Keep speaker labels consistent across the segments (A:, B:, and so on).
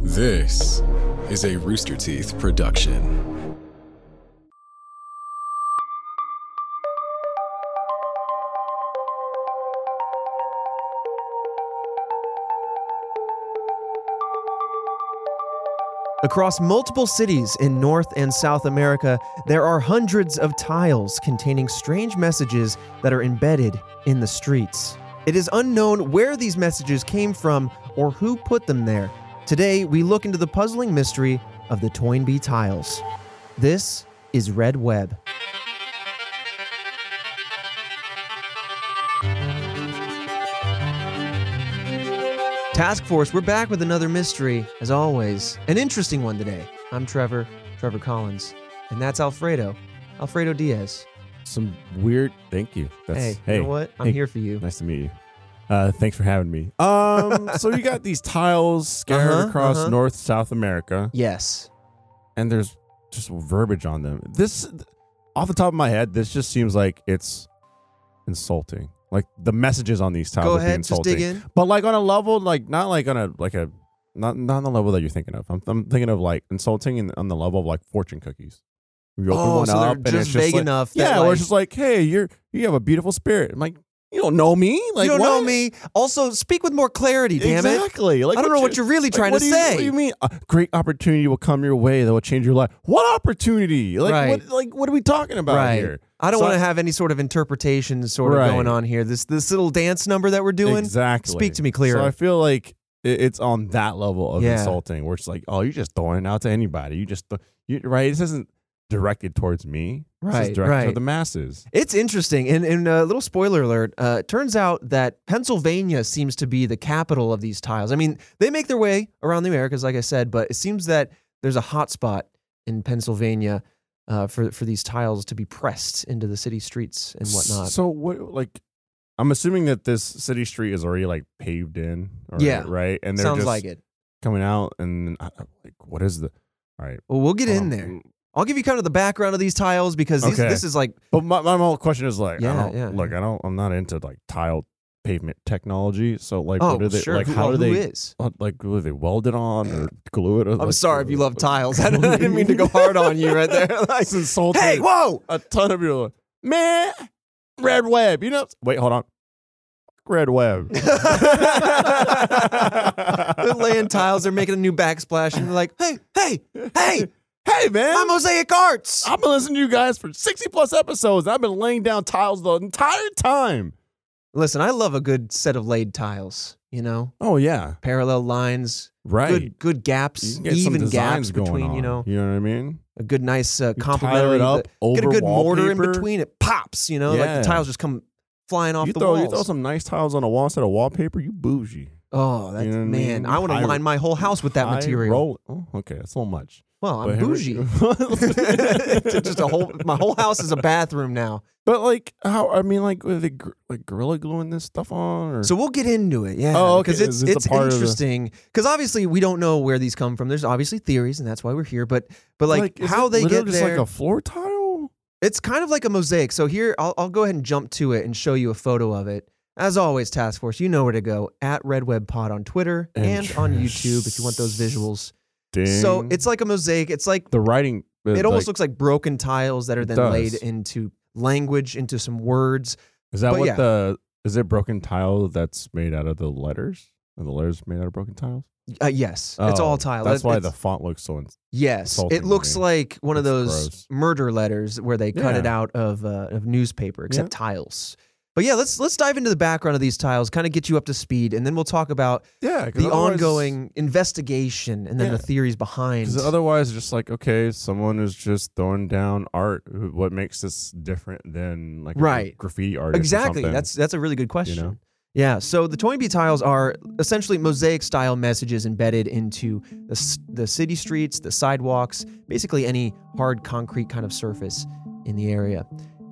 A: This is a Rooster Teeth production.
B: Across multiple cities in North and South America, there are hundreds of tiles containing strange messages that are embedded in the streets. It is unknown where these messages came from or who put them there. Today, we look into the puzzling mystery of the Toynbee tiles. This is Red Web. Task Force, we're back with another mystery, as always. An interesting one today. I'm Trevor, Trevor Collins, and that's Alfredo, Alfredo Diaz.
C: some weird. Thank you.
B: Hey, you know what? I'm
C: Hey,
B: here for you.
C: Nice to meet you. Uh, thanks for having me. Um, so you got these tiles scattered
B: Uh-huh,
C: across
B: uh-huh.
C: North South America,
B: Yes.
C: and there's just verbiage on them. This, off the top of my head, this just seems like it's insulting. Like the messages on these tiles
B: Go
C: would be
B: ahead, just
C: insulting.
B: dig in.
C: But like on a level, like not like on a like a not not on the level that you're thinking of. I'm, I'm thinking of like insulting in, on the level of like fortune cookies. You open
B: Oh,
C: one
B: so
C: up
B: they're
C: and
B: just
C: it's just
B: vague
C: like,
B: enough. that,
C: Yeah, or
B: like-
C: it's just like, hey, you're you have a beautiful spirit. I'm like, you don't know me. Like,
B: you don't know
C: what?
B: me. Also, speak with more clarity, damn it.
C: exactly. Like,
B: I don't know what you're really
C: like,
B: trying
C: what
B: to
C: do you-
B: say.
C: What do you mean? A great opportunity will come your way that will change your life. What opportunity? Like,
B: Right.
C: what, like what are we talking about
B: Right.
C: here?
B: I don't
C: So
B: want
C: I-
B: to have any sort of interpretation sort
C: Right.
B: of going on here. This this little dance number that we're doing.
C: exactly.
B: Speak to me clearer.
C: So I feel like it, it's on that level of
B: Yeah.
C: insulting, where it's like, oh, you're just throwing it out to anybody. You just, th- you, right? This isn't directed towards me. This
B: Right,
C: is directed
B: right.
C: to the masses.
B: It's interesting, and and a little spoiler alert. Uh, it turns out that Pennsylvania seems to be the capital of these tiles. I mean, they make their way around the Americas, like I said, but it seems that there's a hot spot in Pennsylvania uh, for for these tiles to be pressed into the city streets and whatnot.
C: So what like I'm assuming that this city street is already like paved in. Or,
B: Yeah.
C: Right. And they're
B: Sounds
C: just
B: like it.
C: coming out and I, I- like what is the all right.
B: Well, we'll get in
C: um,
B: there. I'll give you kind of the background of these tiles because these,
C: Okay.
B: this is like
C: But my, my whole question is like
B: Yeah,
C: I don't
B: yeah,
C: look, I don't I'm not into like tile pavement technology. So like
B: oh
C: what are they
B: sure
C: like
B: who,
C: how
B: well,
C: do
B: who
C: they
B: is?
C: uh, like do they weld it on or glue it? Or,
B: I'm sorry if you love tiles. I didn't mean to go hard on you right there. Like,
C: It's insulting.
B: hey, whoa!
C: a ton of people are like, man, red web. You know wait, hold on. Fuck Red web.
B: They're laying tiles. They're making a new backsplash, and they're like, "Hey, hey, hey!
C: Hey man,
B: I'm Mosaic Arts."
C: I've been listening to you guys for 60 plus episodes. I've been laying down tiles the entire time.
B: Listen, I love a good set of laid tiles. You know,
C: Oh, yeah.
B: parallel lines,
C: Right.
B: good good gaps,
C: You can get some
B: even
C: designs
B: gaps
C: going
B: between. You
C: on.
B: know,
C: You know what I mean?
B: a good nice uh,
C: You
B: complementary.
C: Tile it up over
B: get a good mortar in
C: wallpaper.
B: between. It pops. You know, like
C: Yeah.
B: the tiles just come flying off
C: You
B: the
C: throw, you
B: walls.
C: throw some nice tiles on a wall instead of wallpaper, you bougie.
B: oh, that's
C: you know what I
B: man!
C: mean?
B: I want to
C: High-
B: line my whole house with that
C: High
B: material.
C: Roll. Oh, okay, that's a little much.
B: Well, I'm
C: But here we-
B: bougie. just a whole my whole house is a bathroom now.
C: But like, how? I mean, like, were they gr- like gorilla gluing this stuff on? Or?
B: So we'll get into it, yeah.
C: Oh, okay.
B: Because it's,
C: Is this a
B: it's
C: part of the-
B: interesting. Because obviously we don't know where these come from. There's obviously theories, and that's why we're here. But but like,
C: is
B: how
C: it
B: they
C: literally
B: get
C: just
B: there,
C: like a floor tile.
B: it's kind of like a mosaic. So here, I'll, I'll go ahead and jump to it and show you a photo of it. As always, Task Force, you know where to go at Red Web Pod on Twitter and on YouTube if you want those visuals.
C: Dang.
B: So it's like a mosaic. It's like
C: the writing. is,
B: it almost
C: like,
B: looks like broken tiles that are
C: It
B: then
C: does.
B: laid into language, into some words.
C: Is that
B: But
C: what
B: yeah.
C: the is it broken tile that's made out of the letters? Are the letters made out of broken tiles?
B: Uh, yes, it's all
C: Oh,
B: tile.
C: That's
B: It-
C: why
B: it's-
C: the font looks so. Ins-
B: Yes,
C: insulting
B: it
C: to
B: looks
C: me.
B: like one of
C: That's
B: those
C: gross.
B: murder letters where they cut it
C: Yeah.
B: out of uh, of newspaper, except tiles. But yeah, let's let's dive into the background of these tiles, kind of get you up to speed, and then we'll talk about
C: yeah,
B: the ongoing investigation and then
C: Yeah.
B: the theories behind.
C: Because otherwise, it's just like okay, someone is just throwing down art. Who- What makes this different than like a gra-
B: Right.
C: graffiti artist? or
B: exactly.
C: something?
B: That's that's a really good question.
C: know?
B: Yeah. So the Toynbee tiles are essentially mosaic style messages embedded into the, s- the city streets, the sidewalks, basically any hard concrete kind of surface in the area.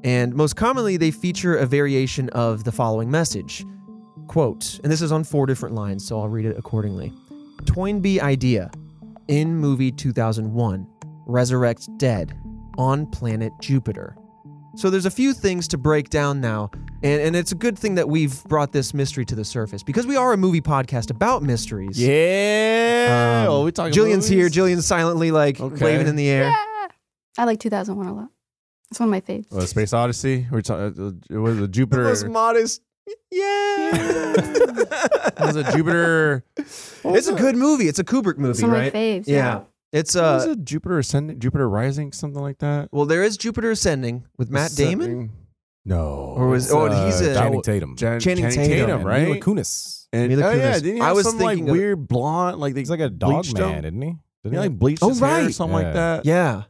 B: And most commonly, they feature a variation of the following message quote, and this is on four different lines, so I'll read it accordingly. Toynbee idea in movie 2001 resurrect dead on planet Jupiter. So there's a few things to break down now, and, and it's a good thing that we've brought this mystery to the surface because we are a movie podcast about mysteries.
C: yeah.
B: Um,
C: well, we we talking
B: Jillian's here.
C: movies?
B: Jillian's silently like
C: Okay.
B: waving in the air.
D: I like 2001 a lot. It's one of my faves.
C: Uh, Space Odyssey. We're talking. Uh, it was a Jupiter.
B: Most modest. Yeah.
C: it was a Jupiter. what was
B: it's a
C: it?
B: good movie. It's a Kubrick movie,
D: Some of my
B: right?
D: faves.
B: Yeah. It's
C: What was
B: uh.
C: it Jupiter ascending? Jupiter rising? Something like that.
B: Well, there is Jupiter Ascending with Matt Damon.
C: Something-
A: No.
B: Or was-
A: it's,
B: oh, he's a-
A: Channing
C: that-
A: Tatum.
C: Jan-
B: Channing
C: uh, Channing,
B: Tatum
C: Tatum,
A: and
C: right?
A: Mila Kunis.
C: And,
B: Mila
C: oh yeah,
B: Kunis.
C: didn't he
B: I
C: have
B: was
C: some like
B: thinking of-
C: weird blonde, like they
A: He's like a dog
C: bleached
A: man,
C: him?
A: isn't he?
C: Didn't he
A: he?
C: like bleach
B: Oh,
C: his hair or
B: right.
C: something like
A: Yeah.
C: that?
B: Yeah.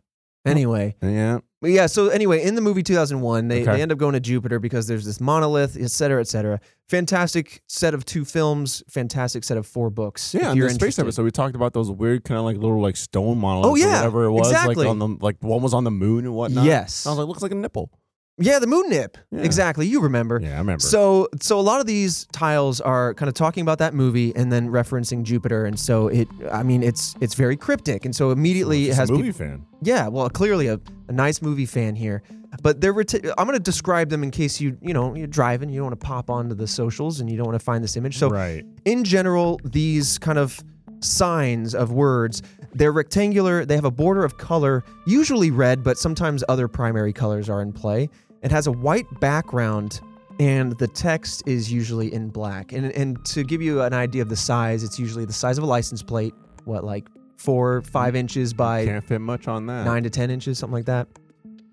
B: Anyway,
C: yeah.
B: But yeah. So anyway, in the movie 2001, they,
C: Okay.
B: they end up going to Jupiter because there's this monolith, et cetera, et cetera. Fantastic set of two films. Fantastic set of four books.
C: Yeah,
B: if
C: in the
B: you're
C: space
B: interested.
C: episode, we talked about those weird kind of like little like stone monoliths,
B: Oh, yeah,
C: or whatever it was,
B: exactly.
C: like on the like one was on the moon and whatnot.
B: Yes.
C: I was like, looks like a nipple.
B: Yeah, the moon nip.
C: Yeah.
B: Exactly. You remember.
C: Yeah, I remember.
B: So, so a lot of these tiles are kind of talking about that movie and then referencing Jupiter, and so it, I mean, it's it's very cryptic, and so immediately it
C: Just
B: has
C: a
B: peop-
C: movie fan.
B: yeah, well, clearly a, a nice movie fan here, but they're. Reti- I'm going to describe them in case you you know you're driving, you don't want to pop onto the socials, and you don't want to find this image. So,
C: right.
B: in general, these kind of signs of words, they're rectangular, they have a border of color, usually red, but sometimes other primary colors are in play. It has a white background and the text is usually in black. And and to give you an idea of the size, it's usually the size of a license plate, what like 4 5 inches by
C: Can't fit much on that.
B: 9 to 10 inches, something like that.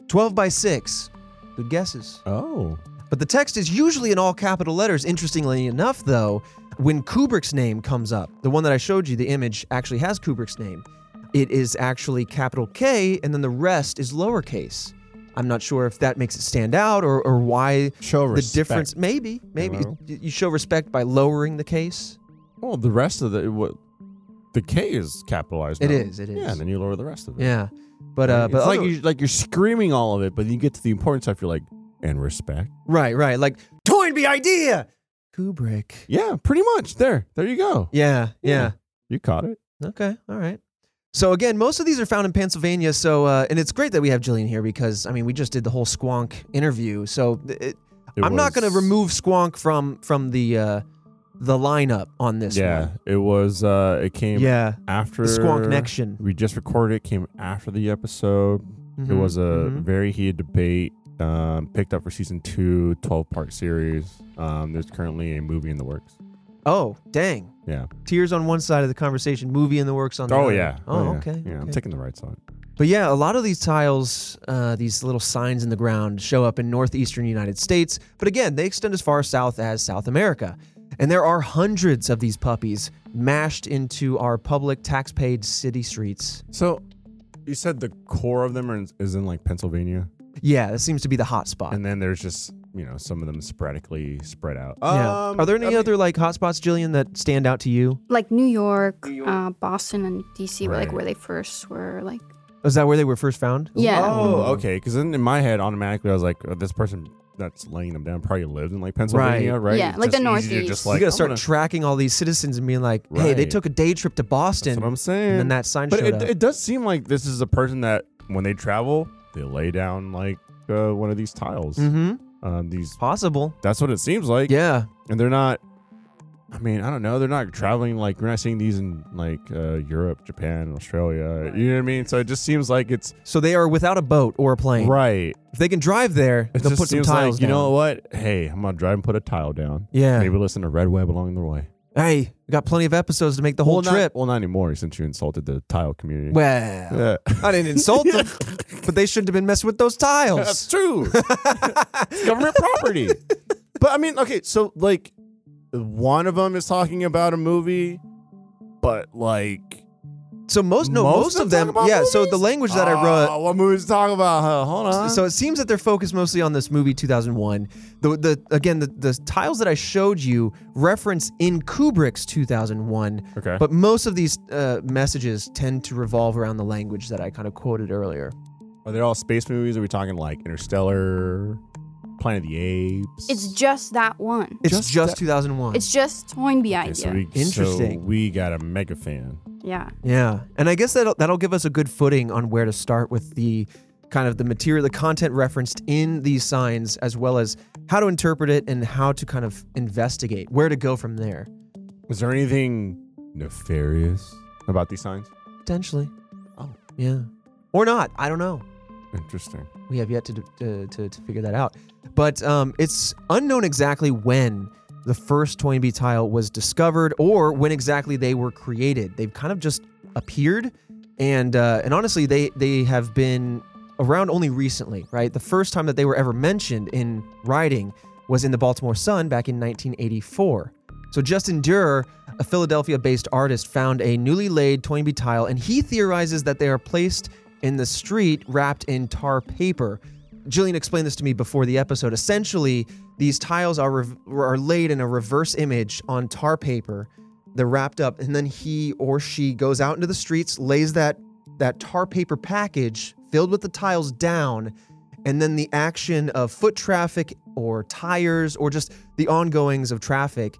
B: 12 by 6. Good guesses.
C: Oh.
B: But the text is usually in all capital letters. Interestingly enough, though, when Kubrick's name comes up, the one that I showed you, the image actually has Kubrick's name. It is actually capital K, and then the rest is lowercase. I'm not sure if that makes it stand out or, or why
C: Show
B: the difference. Maybe, maybe
C: Hello?
B: you you show respect by lowering the case.
C: Well, the rest of the what the K is capitalized.
B: It
C: now.
B: is, it
C: Yeah,
B: is.
C: and then you lower the rest of it.
B: Yeah, but uh,
C: it's
B: but
C: like
B: other-
C: you like you're screaming all of it, but then you get to the important stuff, you're like, and respect.
B: right, right, like Toynbee idea, Kubrick.
C: Yeah, pretty much. There, there you go.
B: Yeah, yeah.
C: You caught it.
B: Okay, all right. So again, most of these are found in Pennsylvania. So uh, and it's great that we have Jillian here because I mean we just did the whole Squonk interview. So th- it,
C: It
B: I'm not
C: was-
B: going to remove Squonk from from the uh, the lineup on this.
C: Yeah,
B: one.
C: it was. uh It came
B: yeah,
C: after
B: the Squonk connection.
C: We just recorded. It came after the episode. It
B: Mm-hmm,
C: was a very heated debate. Um, picked up for season two, 12 part series. Um, there's currently a movie in the works.
B: oh dang
C: Yeah.
B: tears on one side of the conversation, movie in the works on the
C: Oh
B: other.
C: yeah.
B: Oh,
C: yeah.
B: okay.
C: Yeah, I'm
B: okay.
C: taking the right side.
B: But yeah, a lot of these tiles, uh, these little signs in the ground, show up in northeastern United States. But again, they extend as far south as South America. And there are hundreds of these puppies mashed into our public tax paid city streets.
C: So, you said the core of them are in, is in like Pennsylvania,
B: Yeah, that seems to be the hot spot.
C: and then there's just you know some of them sporadically spread out.
B: yeah.
C: Um,
B: Are there any
C: I mean-
B: other like hot spots, Jillian, that stand out to you?
D: Like New York, Uh, Boston, and DC were like
C: Right.
D: where they first were like.
B: Is that where they were first found?
D: Yeah.
C: Oh, okay. Because then in my head, automatically, I was like, oh, this person that's laying them down probably lived in like Pennsylvania, right?
D: Yeah,
C: It's
D: like
C: just
D: the
C: easy to
D: Northeast.
C: Just
D: You
C: like
B: you gotta start
C: I'm gonna-
B: tracking all these citizens and being like, hey, they
C: Right.
B: took a day trip to Boston.
C: That's what I'm saying.
B: and then that sign
C: but
B: showed
C: it,
B: up.
C: it does seem like this is a person that when they travel, they lay down like uh, one of these tiles.
B: hmm
C: Um, these.
B: Possible.
C: That's what it seems like.
B: Yeah.
C: And they're not. I mean, I don't know. They're not traveling like we're not seeing these in like uh, Europe, Japan, Australia. You know what I mean? So it just seems like it's
B: So they are without a boat or a plane.
C: right.
B: If they can drive there,
C: It
B: they'll
C: just
B: put some
C: seems
B: tiles
C: like you know
B: down.
C: what? Hey, I'm gonna drive and put a tile down.
B: Yeah.
C: Maybe listen to Red Web along the way.
B: Hey, we got plenty of episodes to make the whole
C: well,
B: trip.
C: Not, well, not anymore since you insulted the tile community.
B: well, oh,
C: Yeah.
B: I didn't insult them, but they shouldn't have been messing with those
C: That's
B: tiles.
C: true. It's government property. But I mean, okay, so like one of them is talking about a movie, but like
B: so most no most,
C: Most
B: of
C: of them
B: them,
C: talk about
B: yeah. So the
C: movies?
B: language that I wrote. uh,
C: Oh, what movies talk about? Huh? Hold on.
B: So it seems that they're focused mostly on this movie 2001. The the again the, the tiles that I showed you reference in Kubrick's 2001.
C: Okay.
B: But most of these uh, messages tend to revolve around the language that I kind of quoted earlier.
C: are they all space movies? Are we talking like Interstellar, Planet of the Apes?
D: It's just that one.
B: It's just,
C: Just that-
B: 2001.
D: It's just Toynbee
C: Okay,
D: idea.
C: so we,
B: Interesting.
C: So we got a mega fan.
D: yeah.
B: Yeah, and I guess that'll that'll give us a good footing on where to start with the kind of the material, the content referenced in these signs, as well as how to interpret it and how to kind of investigate where to go from there.
C: Is there anything nefarious about these signs?
B: Potentially.
C: Oh.
B: Yeah. Or not. I don't know.
C: Interesting.
B: We have yet to to, to, to figure that out. But um, it's unknown exactly when the first Toynbee tile was discovered or when exactly they were created. They've kind of just appeared, and uh, and honestly, they they have been around only recently. Right, the first time that they were ever mentioned in writing was in the Baltimore Sun back in 1984. So Justin Durer, a Philadelphia-based artist, found a newly laid Toynbee tile, and he theorizes that they are placed in the street wrapped in tar paper. Jillian explained this to me before the episode. Essentially, these tiles are rev- are laid in a reverse image on tar paper. They're wrapped up, and then he or she goes out into the streets, lays that that tar paper package filled with the tiles down, and then the action of foot traffic or tires or just the ongoings of traffic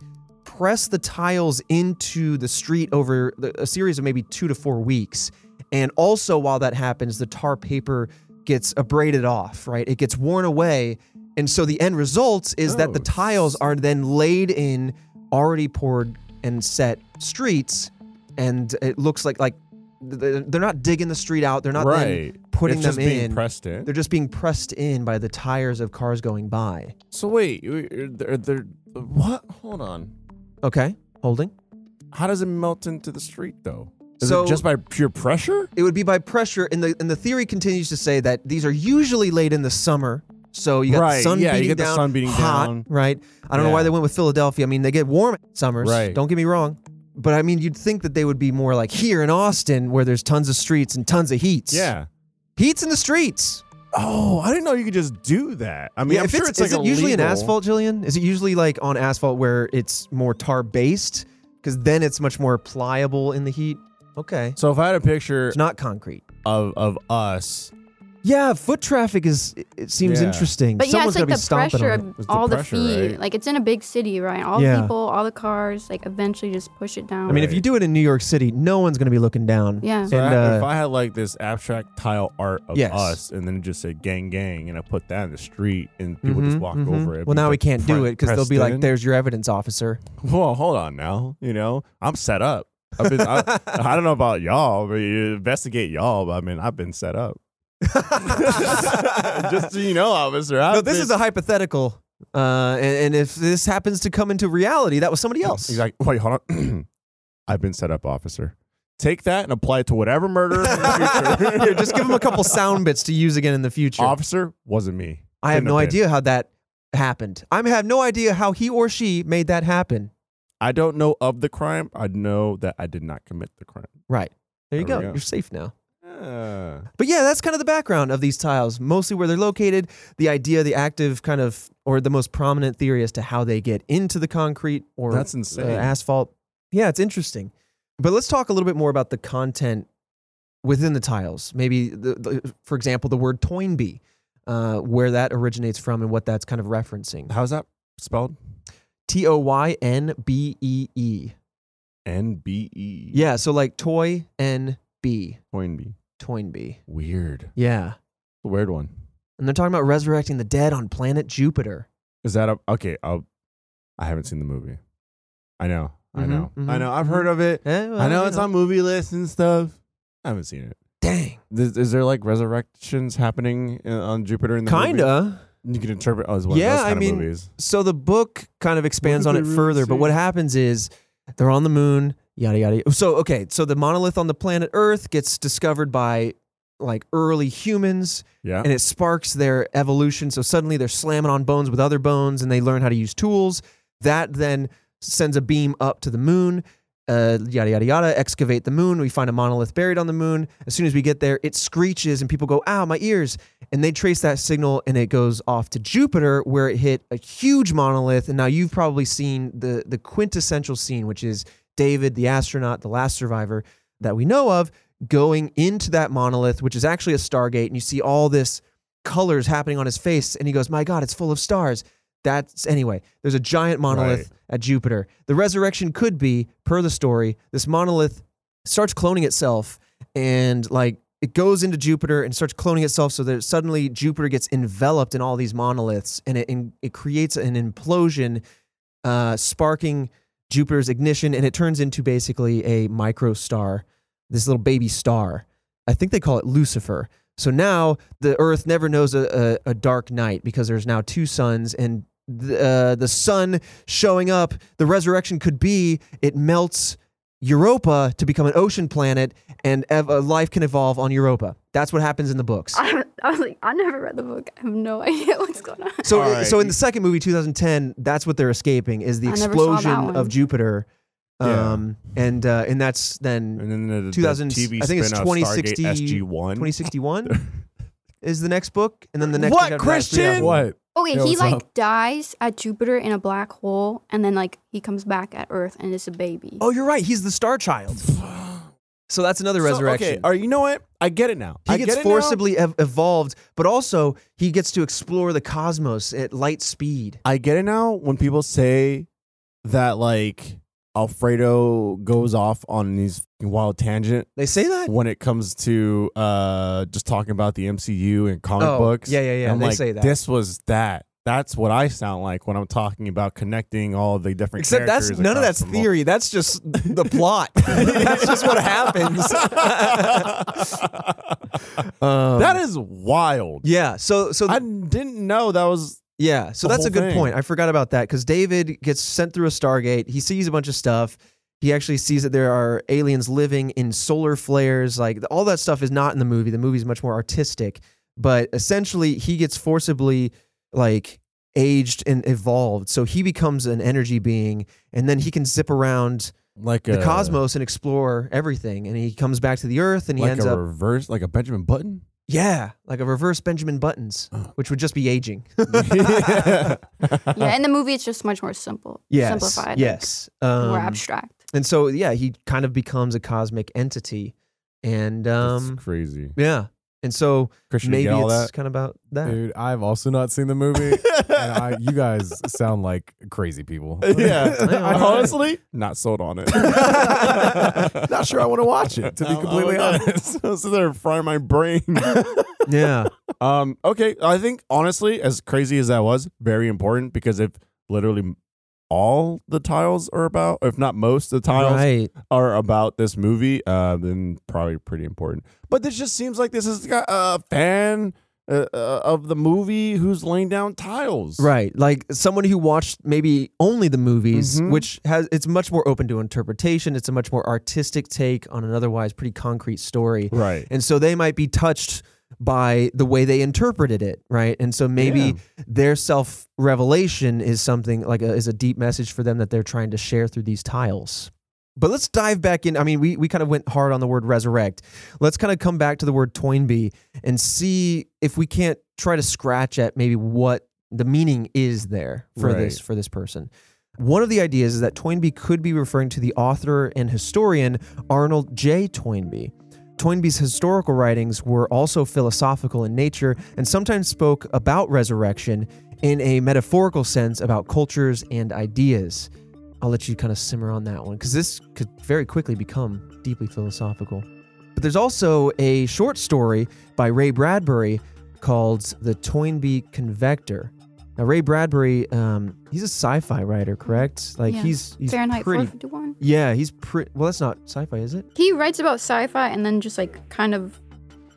B: press the tiles into the street over the, a series of maybe two to four weeks. And also, while that happens, the tar paper gets abraded off, right? It gets worn away. And so the end result is that the
C: Oh,
B: tiles are then laid in already poured and set streets. And it looks like, like, th- th- they're not digging the street out. They're not then
C: right.
B: putting
C: it's
B: them
C: just being
B: in.
C: pressed in.
B: They're just being pressed in by the tires of cars going by.
C: So wait, you- you're- they're, they're what? Hold on.
B: Okay, holding.
C: How does it melt into the street though? Is
B: So-
C: it just by pure pressure?
B: It would be by pressure, and the and the theory continues to say that these are usually laid in the summer. So you got the
C: Right,
B: sun
C: yeah, you
B: beating
C: get the
B: down,
C: sun beating
B: hot,
C: down.
B: right? I don't know why
C: Yeah.
B: they went with Philadelphia. I mean, they get warm summers.
C: Right.
B: Don't get me wrong, but I mean, you'd think that they would be more like here in Austin, where there's tons of streets and tons of heats.
C: Yeah.
B: heats in the streets.
C: Oh, I didn't know you could just do that. I mean,
B: yeah,
C: I'm
B: if
C: sure
B: it's,
C: it's,
B: is
C: like
B: it usually an
C: illegal.
B: asphalt, Jillian? Is it usually like on asphalt where it's more tar based? Because then it's much more pliable in the heat. Okay,
C: So if I had a picture
B: it's not concrete.
C: of of us,
B: Yeah, foot traffic is. It, it seems
C: Yeah.
B: interesting.
D: But
B: Someone's
D: yeah,
B: gonna be
D: it's like the
B: stomping
D: pressure
B: on it.
D: of
C: It's the
D: all the,
C: pressure,
D: feet.
C: right?
D: Like it's in a big city, right? All
B: Yeah.
D: the people, all the cars, like eventually just push it down.
B: I mean, if
C: Right.
B: you do it in New York City, no one's gonna be looking down.
D: yeah.
C: so
B: And,
C: I-
B: uh,
C: if I had like this abstract tile art of
B: Yes.
C: us, and then it just said gang gang, and I put that in the street, and people just
B: Mhm,
C: walked
B: mhm.
C: over it.
B: Well, now we
C: because
B: can't do
C: pre-
B: it because they'll
C: pressed
B: be like,
C: in.
B: "There's your evidence, officer."
C: Well, hold on now. You know, I'm set up. I've been, I, I don't know about y'all, but you investigate y'all. But I mean, I've been set up. Just so you know, officer. I've
B: no, this
C: been-
B: is a hypothetical. Uh, and, and if this happens to come into reality, that was somebody else.
C: He's like, wait, hold on. I've been set up, officer. Take that and apply it to whatever murder. in the future.
B: Here, just give him a couple sound bits to use again in the future.
C: Officer wasn't me.
B: I have
C: Couldn't
B: no
C: been.
B: idea how that happened. I have no idea how he or she made that happen.
C: I don't know of the crime. I know that I did not commit the crime.
B: Right. There you
C: There we
B: go.
C: go.
B: You're safe now. But yeah, that's kind of the background of these tiles, mostly where they're located, the idea, the active kind of, or the most prominent theory as to how they get into the concrete or
C: That's insane.
B: uh, asphalt. Yeah, it's interesting. But let's talk a little bit more about the content within the tiles. Maybe, the, the, for example, the word Toynbee, uh, where that originates from and what that's kind of referencing.
C: How's that spelled?
B: T O Y N B E E.
C: N B E.
B: Yeah, so like toy N B,
C: Coinbee.
B: Toynbee.
C: Weird.
B: Yeah.
C: Weird one.
B: And they're talking about resurrecting the dead on planet Jupiter.
C: Is that a okay? I'll, I haven't seen the movie. I know. I
B: Mhm,
C: know. I
B: mhm,
C: know. I've
B: mhm.
C: heard of it.
B: Eh, well,
C: I know
B: you
C: it's on movie lists and stuff. I haven't seen it.
B: Dang.
C: Is, is there like resurrections happening in, on Jupiter in the movie?
B: Kinda.
C: You can interpret as one
B: Yeah,
C: of those
B: I
C: kind
B: mean,
C: of movies.
B: So the book kind of expands on
C: What did
B: it
C: they really
B: further, but
C: say?
B: what happens is they're on the moon, yada yada. So okay, so the monolith on the planet Earth gets discovered by like early humans
C: Yeah.
B: and it sparks their evolution. So suddenly they're slamming on bones with other bones and they learn how to use tools. That then sends a beam up to the moon, uh, yada, yada, yada, excavate the moon. We find a monolith buried on the moon. As soon as we get there, it screeches and people go, ow, my ears. And they trace that signal and it goes off to Jupiter where it hit a huge monolith. And now you've probably seen the, the quintessential scene, which is David, the astronaut, the last survivor that we know of, going into that monolith, which is actually a stargate, and you see all this colors happening on his face, and he goes, "My God, it's full of stars." That's anyway. There's a giant monolith
C: Right.
B: at Jupiter. The resurrection could be, per the story, this monolith starts cloning itself, and like it goes into Jupiter and starts cloning itself, so that suddenly Jupiter gets enveloped in all these monoliths, and it and it creates an implosion, uh, sparking Jupiter's ignition, and it turns into basically a microstar this little baby star. I think they call it Lucifer. So now the Earth never knows a, a, a dark night because there's now two suns, and the, uh, the sun showing up, the resurrection could be it melts Europa to become an ocean planet, and ev- uh, life can evolve on Europa. That's what happens in the books.
D: I, don't- I was like, I never read the book. I have no idea what's going on.
B: So,
E: All right.
B: so in the second movie, 2010, that's what they're escaping is the
D: I never saw that
B: explosion of
D: one.
B: Jupiter,
E: Yeah.
B: um, and uh, and that's then
E: And then the, the
B: 2000
E: TV
B: I think it's
E: spin-off
B: 2060
E: Stargate SG1.
B: 2061 is the next book, and then the next.
E: What,
B: book after that is 3000.
E: Christian?
C: What?
D: Okay,
C: Yeah,
D: he
C: what's
D: like
C: up?
D: dies at Jupiter in a black hole, and then like he comes back at Earth and is a baby.
B: Oh, you're right. He's the Star Child. So that's another
E: So, okay.
B: resurrection.
E: All right, you know what? I get it now. I
B: He gets
E: get it now.
B: forcibly ev- evolved, but also he gets to explore the cosmos at light speed.
C: I get it now when people say that like Alfredo goes off on these wild tangent
B: They say that.
C: when it comes to uh just talking about the MCU and comic
B: Oh,
C: books.
B: yeah, yeah, yeah,
C: And
B: they
C: like,
B: say that.
C: This was that. That's what I sound like when I'm talking about connecting all the different.
B: Except that's
C: characters
B: none of
C: across
B: that's
C: the mul-
B: theory. That's just the plot. that's just what happens. Um,
C: that is wild.
B: yeah. So so
C: I didn't know that was.
B: Yeah, so
C: the
B: that's a
C: whole
B: good
C: thing.
B: point. I forgot about that because David gets sent through a Stargate. He sees a bunch of stuff. He actually sees that there are aliens living in solar flares. Like all that stuff is not in the movie. The movie's much more artistic. But essentially, he gets forcibly like aged and evolved. So he becomes an energy being, and then he can zip around
C: Like
B: the
C: a,
B: cosmos and explore everything. And he comes back to the Earth, and he
C: like
B: ends
C: a
B: up
C: reverse, like a Benjamin Button.
B: yeah, like a reverse Benjamin Buttons, which would just be aging.
D: yeah, in the movie it's just much more simple,
B: yes,
D: simplified, like,
B: yes,
D: more
B: Um,
D: abstract.
B: and so yeah he kind of becomes a cosmic entity and
C: That's
B: um
C: crazy.
B: yeah and so
C: Christian, you
B: maybe
C: get all
B: it's
C: that?
B: kind of about that
C: Dude.
B: Dude.
C: Dude, I've
F: I've also not seen the movie. and I, you guys sound like crazy people.
C: yeah,
B: Yeah,
C: I
B: alright.
C: honestly not sold on it.
F: Not sure I want to watch it, to be completely honest.
C: so they're frying my brain.
B: yeah
C: um, okay, I think honestly, as crazy as that was, very important because if literally all the tiles are about, if not most of the tiles
B: right
C: are about this movie, uh, then probably pretty important. But this just seems like this is a fan uh, uh, of the movie who's laying down tiles,
B: right like someone who watched maybe only the movies
C: Mhm.
B: which has it's much more open to interpretation it's a much more artistic take on an otherwise pretty concrete story
C: Right.
B: And so they might be touched by the way they interpreted it, right? And so maybe their self revelation is something like a, is a deep message for them that they're trying to share through these tiles. But let's dive back in. I mean, we, we kind of went hard on the word resurrect. Let's kind of come back to the word Toynbee and see if we can't try to scratch at maybe what the meaning is there for
C: Right.
B: this for this person. One of the ideas is that Toynbee could be referring to the author and historian Arnold J. Toynbee. Toynbee's historical writings were also philosophical in nature and sometimes spoke about resurrection in a metaphorical sense about cultures and ideas. I'll let you kind of simmer on that one because this could very quickly become deeply philosophical. But there's also a short story by Ray Bradbury called The Toynbee Convector. Now, Ray Bradbury, um, he's a sci fi writer, correct? Like,
D: Yeah.
B: he's, he's
D: Fahrenheit
B: pretty.
D: 451.
B: Yeah, he's pretty. Well, that's not sci fi, is it?
D: He writes about sci-fi and then just like kind of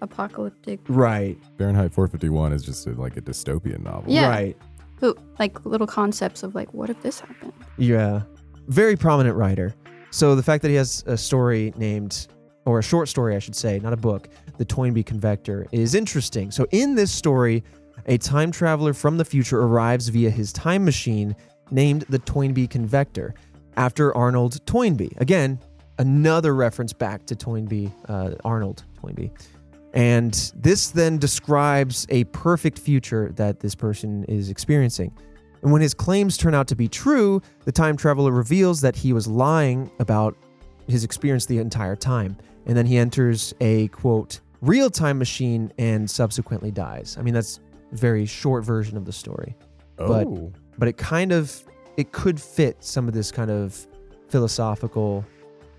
D: apocalyptic.
B: Right.
F: Fahrenheit 451 is just a, like a dystopian novel.
D: Yeah.
B: Right.
D: who- like little concepts of like what if this happened
B: Yeah. Very prominent writer. So the fact that he has a story named, or a short story, I should say, not a book, The Toynbee Convector, is interesting. So in this story, a time traveler from the future arrives via his time machine named the Toynbee Convector after Arnold Toynbee. Again, another reference back to Toynbee, uh, Arnold Toynbee. And this then describes a perfect future that this person is experiencing. And when his claims turn out to be true, the time traveler reveals that he was lying about his experience the entire time. And then he enters a quote, real time machine and subsequently dies. I mean, that's a very short version of the story, But-
C: Oh.
B: but it kind of it could fit some of this kind of philosophical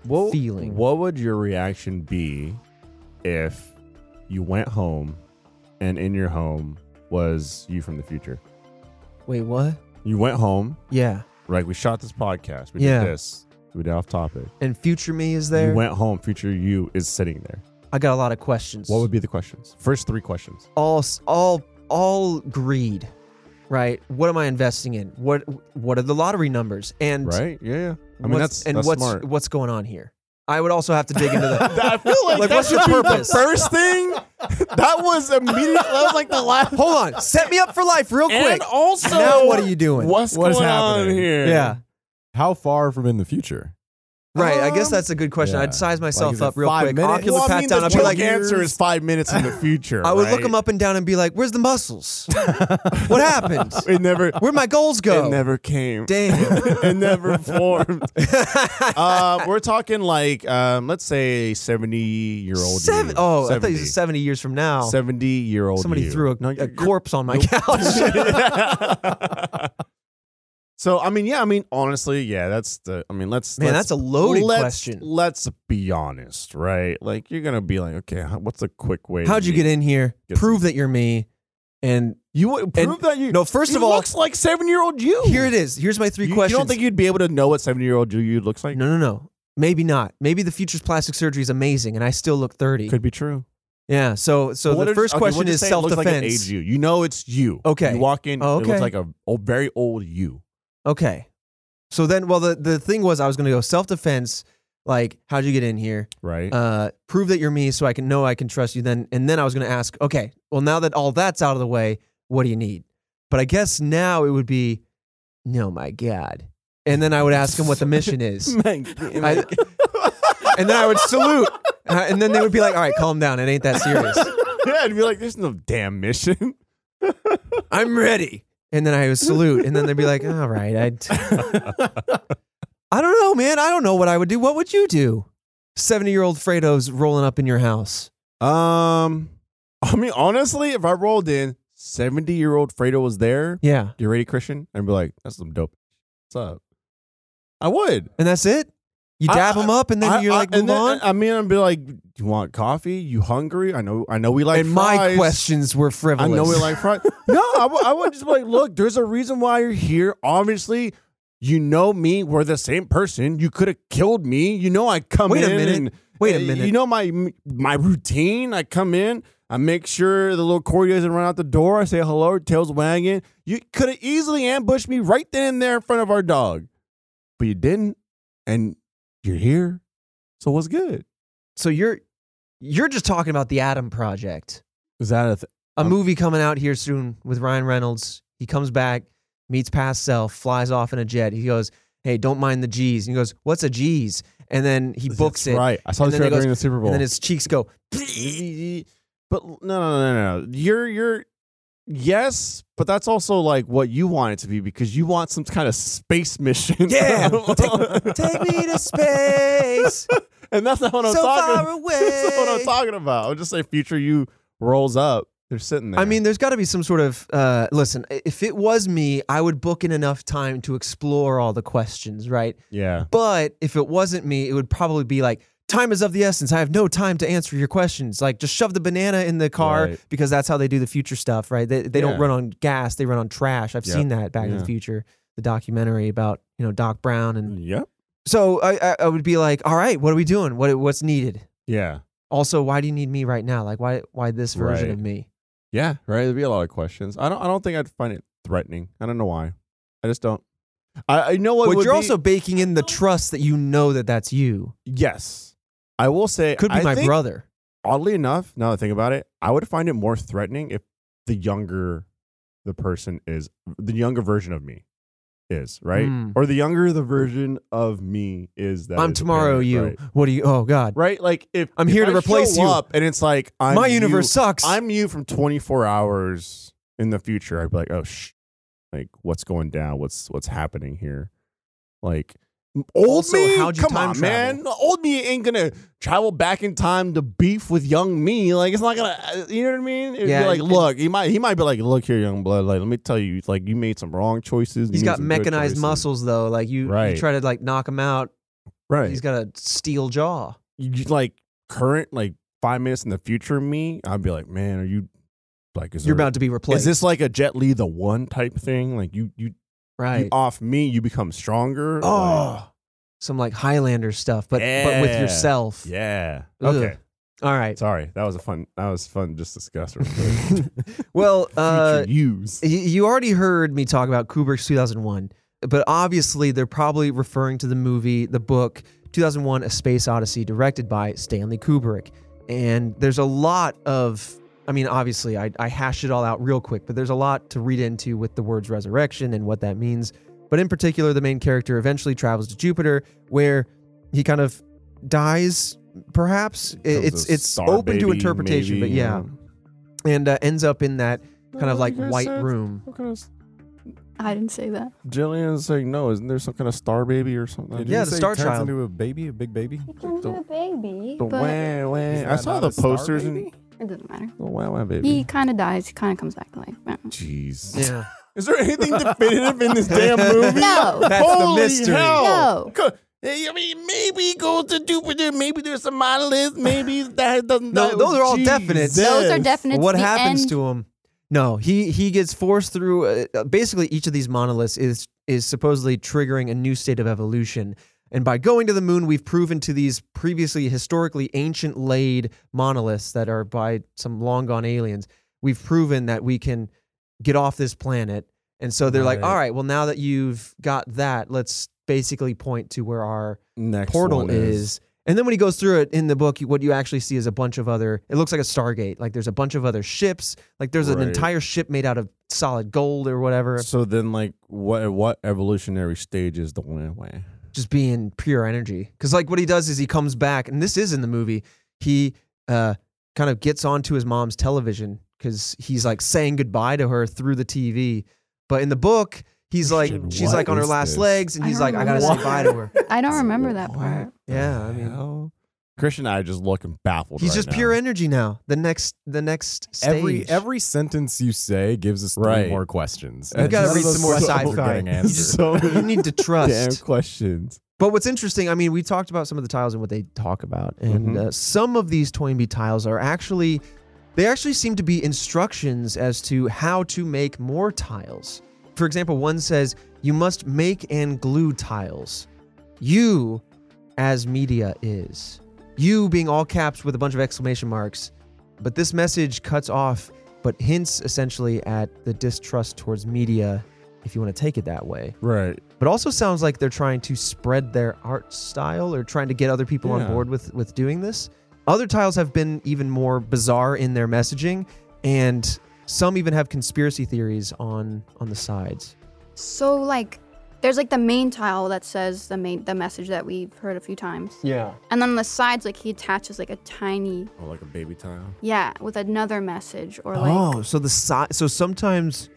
C: what,
B: feeling.
C: What would your reaction be if you went home and in your home was you from the future?
B: Wait, what?
C: You went home,
B: Yeah.
C: like we shot this podcast, we
B: Yeah.
C: did this, We did off topic.
B: and future me is there.
C: You went home. Future you is sitting there.
B: I got a lot of questions.
C: What would be the questions? First three questions.
B: all s- all all greed, right? What am I investing in? What what are the lottery numbers? And
C: Right? Yeah. yeah. I mean,
B: what's-
C: that's
B: and
C: that's
B: what's
C: smart.
B: what's going on here? I would also have to dig into the
C: I feel
B: Like, what's your
C: should be
B: purpose?
C: The first thing that was immediate. That was like the last.
B: Hold on, set me up for life real quick.
C: And also,
B: now what are you doing?
C: What's
G: What is
C: going on
G: happening?
C: here?
B: Yeah.
G: How far from in the future?
B: Right. I guess
C: Um,
B: that's a good question.
G: yeah.
B: I'd size myself
G: is it
B: up real
G: five
B: quick.
G: minutes?
B: Ocular
C: well,
B: pat
C: I mean,
B: down.
C: the
B: I'd be
C: joke
B: like,
C: answer is five minutes in the future.
B: I would look
C: right?
B: them up and down and be like, "Where's the muscles? what happened?
C: It never.
B: Where'd my goals go?
C: It never came.
B: Damn.
C: it never formed. uh, we're talking like, um, let's say, seventy-year-old.
B: Seven. Oh, I thought you said seventy years from now.
C: Seventy-year-old.
B: Somebody threw a, a corpse on my couch.
C: couch. so I mean, yeah, I mean, honestly, yeah, that's the. I mean, let's.
B: Man,
C: let's,
B: that's a loaded
C: let's,
B: question.
C: Let's be honest, right? Like, you're gonna be like, okay, how- what's a quick way?
B: How'd
C: to
B: you get in here?
C: Gets-
B: Prove that you're me. And
C: You would prove
B: And-
C: that you.
B: no, first
C: you
B: of all,
C: looks like seven-year-old you.
B: here it is. Here's my three
C: You- you,
B: questions.
C: don't think you'd be able to know what seven-year-old you, you looks like?
B: no, no, no. Maybe not. Maybe the future's plastic surgery is amazing, and I still look thirty.
C: Could be true.
B: yeah. So, so
C: But what
B: the
C: if-
B: first
C: okay, we'll
B: question
C: just
B: is
C: say it
B: self
C: looks Like an
B: defense.
C: age you. You know it's you.
B: Okay.
C: You walk in.
B: Oh,
C: It
B: okay.
C: looks like a old, very old you.
B: okay. So then, well, the the thing was, I was gonna go self defense. Like, how'd you get in here?
C: Right.
B: Uh, prove that you're me, so I can know I can trust you. Then, and then I was gonna ask, okay, well, now that all that's out of the way, what do you need? But I guess now it would be, no, my God. And then I would ask him what the mission is. I- and then I would salute. Uh, and then they would be like, all right, calm down. It ain't that serious.
C: yeah, I'd be like, there's no damn mission.
B: I'm ready. And then I would salute. And then they'd be like, all right. I'd, I don't know, man. I don't know what I would do. What would you do? 70 year old Fredo's rolling up in your house.
C: Um, I mean, honestly, if I rolled in, 70 year old Fredo was there,
B: Yeah.
C: you ready, Christian? I'd be like, that's some dope. What's up? I would.
B: And that's it? You
C: I-
B: dab him up and then
C: I-
B: you're
C: I-
B: like,
C: and
B: move
C: then- uh,
B: on?
C: I mean, I'd be like, do you want coffee? You hungry? I know, I know we like
B: and my
C: fries.
B: questions were
C: I
B: frivolous.
C: know we like fries. no, I would- I would just be like, look, there's a reason why you're here. Obviously, you know me. We're the same person. You could have killed me. You know I come
B: Wait a
C: in.
B: minute.
C: and-
B: Wait a
C: uh,
B: minute.
C: You know my my routine. I come in. I make sure the little Cordy doesn't run out the door. I say hello. Tails wagging. You could have easily ambushed me right then and there in front of our dog, but you didn't, and you're here. So what's good?
B: so you're you're just talking about the Atom Project.
C: Is that a th-
B: a
C: Um,
B: movie coming out here soon with Ryan Reynolds. He comes back, meets past self, flies off in a jet. He goes, "Hey, don't mind the G's." And he goes, "What's a G's?" And then he books it,
C: right? I saw
B: And
C: this
B: then it goes-
C: during the Super Bowl.
B: and then his cheeks go.
C: but no, no, no, no, no. You're, you're, yes, but that's also like what you want it to be because you want some kind of space mission.
B: Yeah, take, take me to space,
C: and that's not what I'm
B: so
C: talking.
B: far away.
C: That's not what I'm talking about. I would just say future you rolls up. They're sitting there.
B: I mean, there's got to be some sort of uh, listen. If it was me, I would book in enough time to explore all the questions, right?
C: yeah.
B: But if it wasn't me, it would probably be like, time is of the essence. I have no time to answer your questions. Like, just shove the banana in the car
C: Right.
B: because that's how they do the future stuff, right? They, they don't
C: Yeah.
B: run on gas, they run on trash. I've
C: Yep.
B: seen that back in the
C: Yeah. Mm.
B: future, the documentary about, you know, Doc Brown. And
C: Yep.
B: so I, I, I would be like, all right, what are we doing? What, what's needed?
C: Yeah.
B: Also, why do you need me right now? Like, why, why this version
C: Right.
B: of me?
C: Yeah. Right. There'd be a lot of questions. I don't. I don't think I'd find it threatening. I don't know why. I just don't. I, I know what
B: but
C: would
B: you're
C: be-
B: also baking in the trust that you know that that's you.
C: yes. I will say
B: Could be
C: I
B: my
C: think
B: brother.
C: oddly enough, now that I think about it, I would find it more threatening if the younger the person is, the younger version of me is, right?
B: Mm.
C: Or the younger the version of me is that
B: I'm
C: is a
B: tomorrow.
C: parent,
B: You.
C: Right?
B: What do you? Oh God.
C: Right? Like if
B: I'm
C: if
B: here to
C: I
B: replace
C: show
B: you.
C: up and it's like I'm
B: my
C: you-
B: universe sucks.
C: I'm you from 24 hours in the future. I'd be like, oh sh, like what's going down? What's what's happening here? Like old
B: Also,
C: me,
B: how'd you
C: come
B: time
C: on,
B: travel?
C: man. Old me ain't gonna travel back in time to beef with young me. Like it's not gonna, uh, you know what I mean? It'd
B: Yeah,
C: be like,
B: and-
C: look, he might he might be like, look here, young blood. Like let me tell you, like you made some wrong choices.
B: He's
C: you made
B: got
C: some good
B: mechanized
C: choices."
B: muscles though. Like you, you
C: Right.
B: try to like knock him out.
C: right?
B: He's got a steel jaw.
C: you you, like current like five minutes in the future me, I'd be like, man, are you like is
B: You're
C: there-
B: about to be replaced.
C: is this like a Jet Li the one type thing? Like you you, you
B: right?
C: off me, you become stronger.
B: oh, some like Highlander stuff, but but with
C: Yeah.
B: yourself.
C: Yeah.
B: Ugh.
C: Okay.
B: All right.
C: Sorry. That was a fun. That was fun. Just discuss. real quick.
B: Well, uh,
C: Future use.
B: y- you already heard me talk about Kubrick's 2001, but obviously they're probably referring to the movie, the book 2001: A Space Odyssey, directed by Stanley Kubrick. And there's a lot of, I mean, obviously I, I hashed it all out real quick, but there's a lot to read into with the words resurrection and what that means. But in particular, the main character eventually travels to Jupiter, where he kind of dies. Perhaps I-
C: Becomes
B: it's
C: a
B: it's
C: star
B: open to
C: baby,
B: interpretation,
C: maybe, um,
B: but yeah, and uh, ends up in that kind of like
C: You guys
B: white
C: said-
B: room.
C: What kind of-
D: I didn't say that.
C: Jillian's like, no, isn't there some kind of star baby or something?
F: Did
B: Yeah,
F: you
B: the
F: say
B: Star
F: he turns
B: Child.
F: into a baby, a big baby.
H: He turns into a baby.
C: The
D: But-
C: wah, wah.
F: Is
C: I
F: that
C: saw
F: not
C: the
F: a star
C: posters and
F: baby?
D: It doesn't matter.
C: the wah wah baby.
D: He kind of dies. He kind of comes back to life. I don't know.
C: Jeez.
B: Yeah.
I: Is there anything definitive in this damn movie?
D: No.
B: That's the
I: Holy
B: mystery.
I: hell.
D: No.
I: Co- I mean, maybe he goes to Jupiter. Maybe there's some model Maybe that doesn't.
B: No,
I: die.
B: those are all definite.
D: Those are
I: Jesus.
D: definite.
B: what
D: the
B: happens
D: end.
B: to him? No, he he gets forced through. Uh, uh, basically, each of these monoliths is is supposedly triggering a new state of evolution. And by going to the moon, we've proven to these previously historically ancient laid monoliths that are by some long gone aliens, we've proven that we can get off this planet. And so they're like,
C: Right.
B: all right, well, now that you've got that, let's basically point to where our
C: Next
B: portal
C: one
B: is. And then when he goes through it in the book, you- what you actually see is a bunch of other. It looks like a Stargate. Like there's a bunch of other ships. Like there's an
C: Right.
B: entire ship made out of solid gold or whatever,
C: So then, like, what what evolutionary stage is the wah wah?
B: just being pure energy. Because like what he does is he comes back, and this is in the movie. He uh, kind of gets onto his mom's television because he's like saying goodbye to her through the TV. But in the book, he's like
C: Christian,
B: she's
C: what
B: like on her
C: is
B: last
C: this?
B: legs, and
D: I
B: he's like, I
D: remember
B: gotta say
D: that.
B: bye to her.
D: I don't remember that part.
B: Yeah, I mean,
C: Hell? Christian and I just looking baffled.
B: he's
C: right
B: just
C: now.
B: pure energy now. The next, the next stage.
F: Every every sentence you say gives us three
C: Right.
F: more questions.
C: You
F: And
B: gotta
F: none of
B: read
F: those
B: some more
F: questions are
B: sci-fi.
F: getting answered.
C: So
B: you
C: many
B: need to
C: damn
B: trust.
C: questions.
B: But what's interesting, I mean, we talked about some of the tiles and what they talk about, and
C: Mhm.
B: uh, some of these Toynbee tiles are actually, they actually seem to be instructions as to how to make more tiles. For example, one says you must make and glue tiles. You, as media, is you being all caps with a bunch of exclamation marks. But this message cuts off, but hints essentially at the distrust towards media, if you want to take it that way
C: Right.
B: but also sounds like they're trying to spread their art style or trying to get other people on
C: Yeah.
B: board with with doing this. Other tiles have been even more bizarre in their messaging, and some even have conspiracy theories on on the sides.
D: So like, there's like the main tile that says the main the message that we've heard a few times,
B: Yeah.
D: and then on the sides like he attaches like a tiny
C: Oh, like a baby time.
D: yeah with another message or like
B: oh, so the side. So sometimes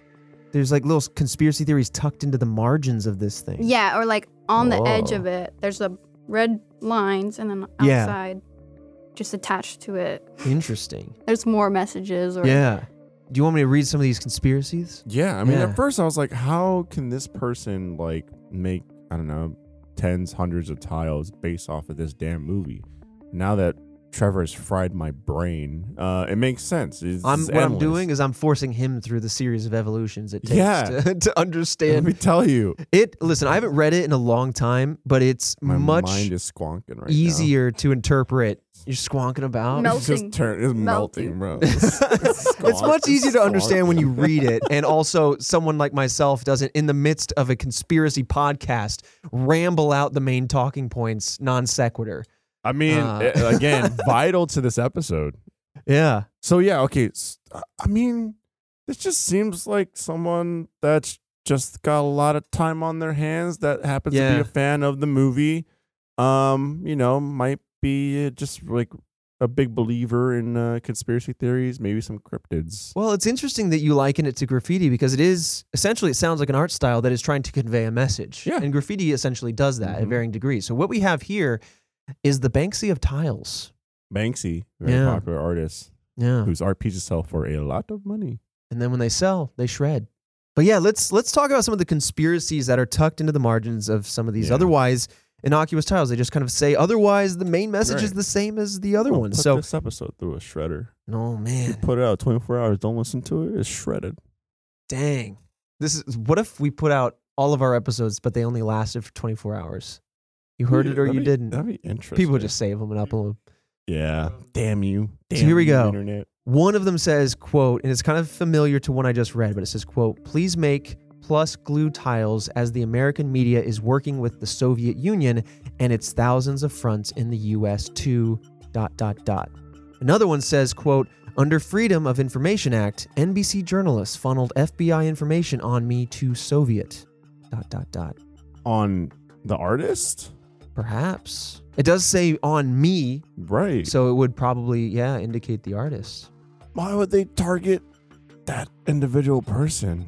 B: there's like little conspiracy theories tucked into the margins of this thing.
D: yeah or like on the edge
B: Whoa.
D: of it there's the red lines and then
B: Yeah.
D: outside just attached to it
B: Interesting.
D: there's more messages or
B: Yeah. Do you want me to read some of these conspiracies?
C: Yeah. I mean,
B: Yeah.
C: at first I was like, how can this person like make I don't know tens, hundreds of tiles based off of this damn movie? Now that Trevor has fried my brain, uh, it makes sense. It's
B: I'm
C: it's
B: what I'm
C: endless.
B: doing is I'm forcing him through the series of evolutions it takes
C: Yeah.
B: to, to understand
C: Let me tell you,
B: It listen, I haven't read it in a long time, but it's
C: my
B: much
C: mind is squonking right now.
B: easier to interpret. You're squonking about.
D: Mel-
C: It's just
D: Melting.
C: turn, it's melting,
D: Melting.
C: bro.
B: It's much easier to understand when you read it, and also someone like myself doesn't, in the midst of a conspiracy podcast, ramble out the main talking points non sequitur.
C: I mean,
B: Uh.
C: uh, again, vital to this episode.
B: Yeah,
C: So yeah, okay. s- I- I mean, this just seems like someone that's just got a lot of time on their hands that happens to
B: Yeah.
C: be a fan of the movie. Um, you know, might be uh, just like a big believer in uh, conspiracy theories, maybe some cryptids.
B: Well, it's interesting that you liken it to graffiti because it is essentially it sounds like an art style that is trying to convey a message.
C: Yeah.
B: And graffiti essentially does that at
C: Mhm.
B: varying degrees. So what we have here is the Banksy of tiles.
C: Banksy, very
B: Yeah.
C: popular artist
B: Yeah.
C: whose art pieces sell for a lot of money.
B: and then when they sell, they shred. But yeah, let's let's talk about some of the conspiracies that are tucked into the margins of some of these
C: Yeah.
B: otherwise innocuous tiles. They just kind of say otherwise the main message is
C: Right.
B: the same as the other
C: We'll
B: one.
C: put
B: So
C: this episode through a shredder.
B: no
C: You
B: man,
C: put it out 24 hours. Don't listen to it. It's shredded.
B: dang. This is what if we put out all of our episodes, but they only lasted for 24 hours? You heard it or
C: That'd
B: you
C: be-
B: didn't.
C: That'd be interesting.
B: People just save them and upload them.
C: yeah. Damn you. Damn
B: So here we
C: you,
B: go.
C: Internet.
B: One of them says, quote, and it's kind of familiar to one I just read, but it says, quote, please make plus glue tiles as the American media is working with the Soviet Union and its thousands of fronts in the US too, dot, dot, dot. Another one says, quote, under Freedom of Information Act, NBC journalists funneled FBI information on me to Soviet, dot, dot, dot.
C: On the artist?
B: Perhaps. It does say on me,
C: Right.
B: so it would probably, yeah, indicate the artist.
C: Why would they target that individual person?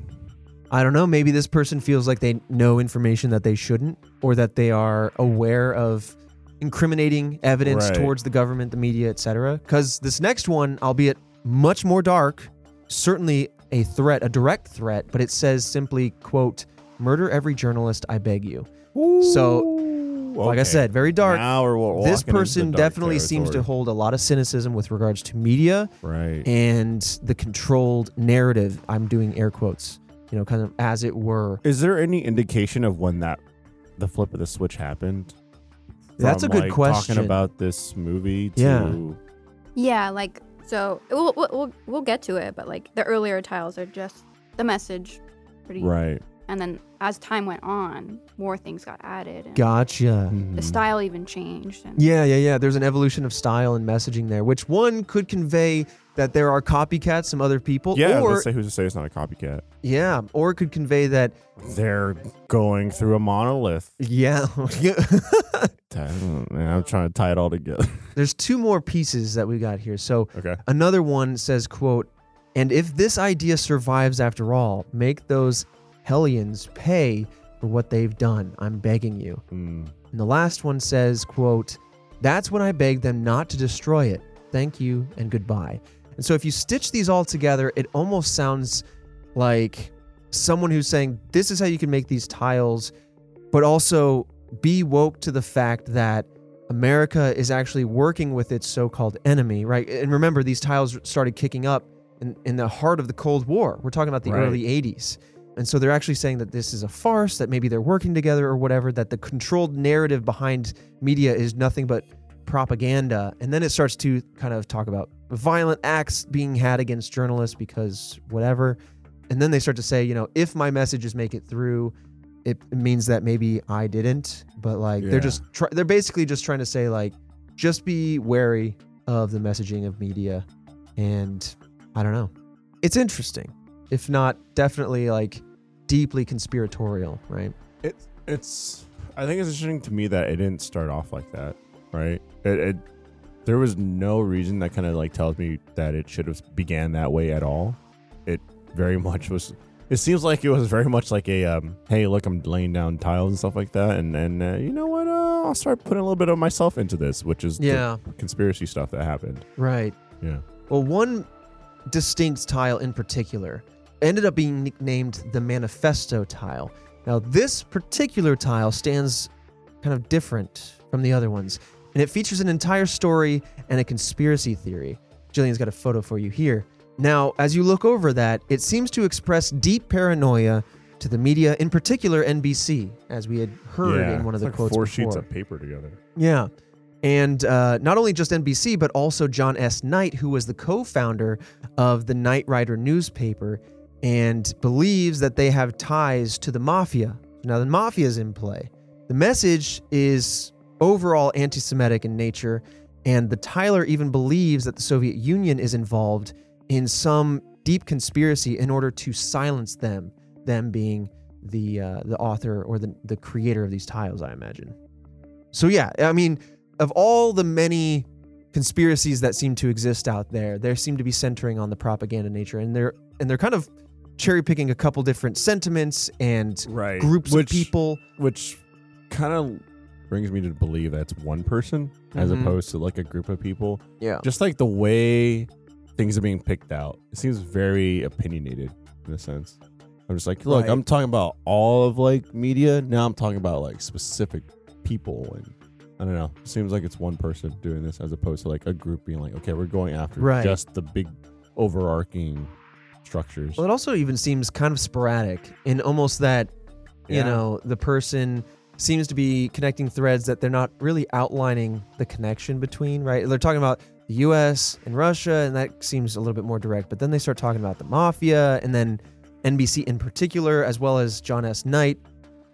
B: I don't know. Maybe this person feels like they know information that they shouldn't, or that they are aware of incriminating evidence
C: Right.
B: towards the government, the media, etc. Because this next one, albeit much more dark, certainly a threat, a direct threat, but it says simply, "quote Murder every journalist, I beg you." So, like I said, very dark.
C: Now we're wa-
B: this
C: walking into
B: person
C: dark
B: definitely seems to
C: territory.
B: hold a lot of cynicism with regards to media
C: Right.
B: and the controlled narrative. I'm doing air quotes, you know, kind of as it were.
C: Is there any indication of when that the flip of the switch happened?
B: That's
C: From,
B: a good
C: like,
B: question.
C: Talking about this movie to
B: Yeah.
D: Yeah, like so we'll, we'll we'll we'll get to it, but like the earlier tiles are just the message, pretty.
C: right.
D: And then as time went on, more things got added. And
B: Gotcha.
D: The style even changed. And
B: Yeah, yeah, yeah. There's an evolution of style and messaging there, which one could convey that there are copycats, some other people,
C: Yeah,
B: or
C: let's say who's to say it's not a copycat?
B: yeah, or it could convey that
C: They're going through a monolith.
B: yeah.
C: I don't- man, I'm trying to tie it all together.
B: There's two more pieces that we got here. So
C: Okay.
B: Another one says, quote, and if this idea survives after all, make those hellions pay for what they've done. I'm begging you.
C: Mm.
B: And the last one says, quote, that's when I beg them not to destroy it. Thank you and goodbye. And so if you stitch these all together, it almost sounds like someone who's saying, this is how you can make these tiles, but also be woke to the fact that America is actually working with its so called enemy, right? And remember, these tiles started kicking up in, in the heart of the Cold War. We're talking about the
C: Right.
B: early 80s. And so they're actually saying that this is a farce, that maybe they're working together or whatever, that the controlled narrative behind media is nothing but propaganda. And then it starts to kind of talk about violent acts being had against journalists because whatever. And then they start to say, you know, if my messages make it through, it means that maybe I didn't. But like
C: Yeah.
B: they're just try- they're basically just trying to say like just be wary of the messaging of media and I don't know. It's interesting, if not definitely like deeply conspiratorial, right?
C: It, it's. I think it's interesting to me that it didn't start off like that, right? It, it there was no reason that kind of like tells me that it should have began that way at all. It very much was. It seems like it was very much like a um, hey, look, I'm laying down tiles and stuff like that, and and uh, you know what? Uh, I'll start putting a little bit of myself into this, which is the
B: Yeah.
C: conspiracy stuff that happened.
B: Right.
C: Yeah.
B: Well, one distinct tile in particular ended up being nicknamed the Manifesto tile. Now, this particular tile stands kind of different from the other ones, and it features an entire story and a conspiracy theory. Jillian's got a photo for you here. Now, as you look over that, it seems to express deep paranoia to the media, in particular NBC, as we had heard
C: yeah.
B: in one of
C: It's
B: the
C: like
B: quotes
C: four
B: before.
C: sheets of paper together.
B: Yeah. And uh, not only just NBC, but also John S. Knight, who was the co founder of the Knight Rider newspaper and believes that they have ties to the mafia. Now, the mafia is in play. The message is overall anti Semitic in nature, and the Tyler even believes that the Soviet Union is involved in some deep conspiracy in order to silence them, them being the, uh, the author or the, the creator of these tiles, I imagine. So yeah, I mean, of all the many conspiracies that seem to exist out there, there seem to be centering on the propaganda nature, and they're and they're kind of cherry picking a couple different sentiments and
C: Right.
B: groups
C: Which-
B: of people.
C: which kind of brings me to believe that's one person as
B: Mhm.
C: opposed to like a group of people.
B: Yeah.
C: Just like the way things are being picked out, it seems very opinionated in a sense. I'm just like, look,
B: Right.
C: I'm talking about all of like media. Now I'm talking about like specific people and. I don't know. seems like it's one person doing this as opposed to like a group being like, okay, we're going after
B: Right.
C: just the big overarching structures.
B: Well, it also even seems kind of sporadic in almost that, you
C: Yeah.
B: know, the person seems to be connecting threads that they're not really outlining the connection between, right? They're talking about the US and Russia, and that seems a little bit more direct. But then they start talking about the mafia and then NBC in particular, as well as John S. Knight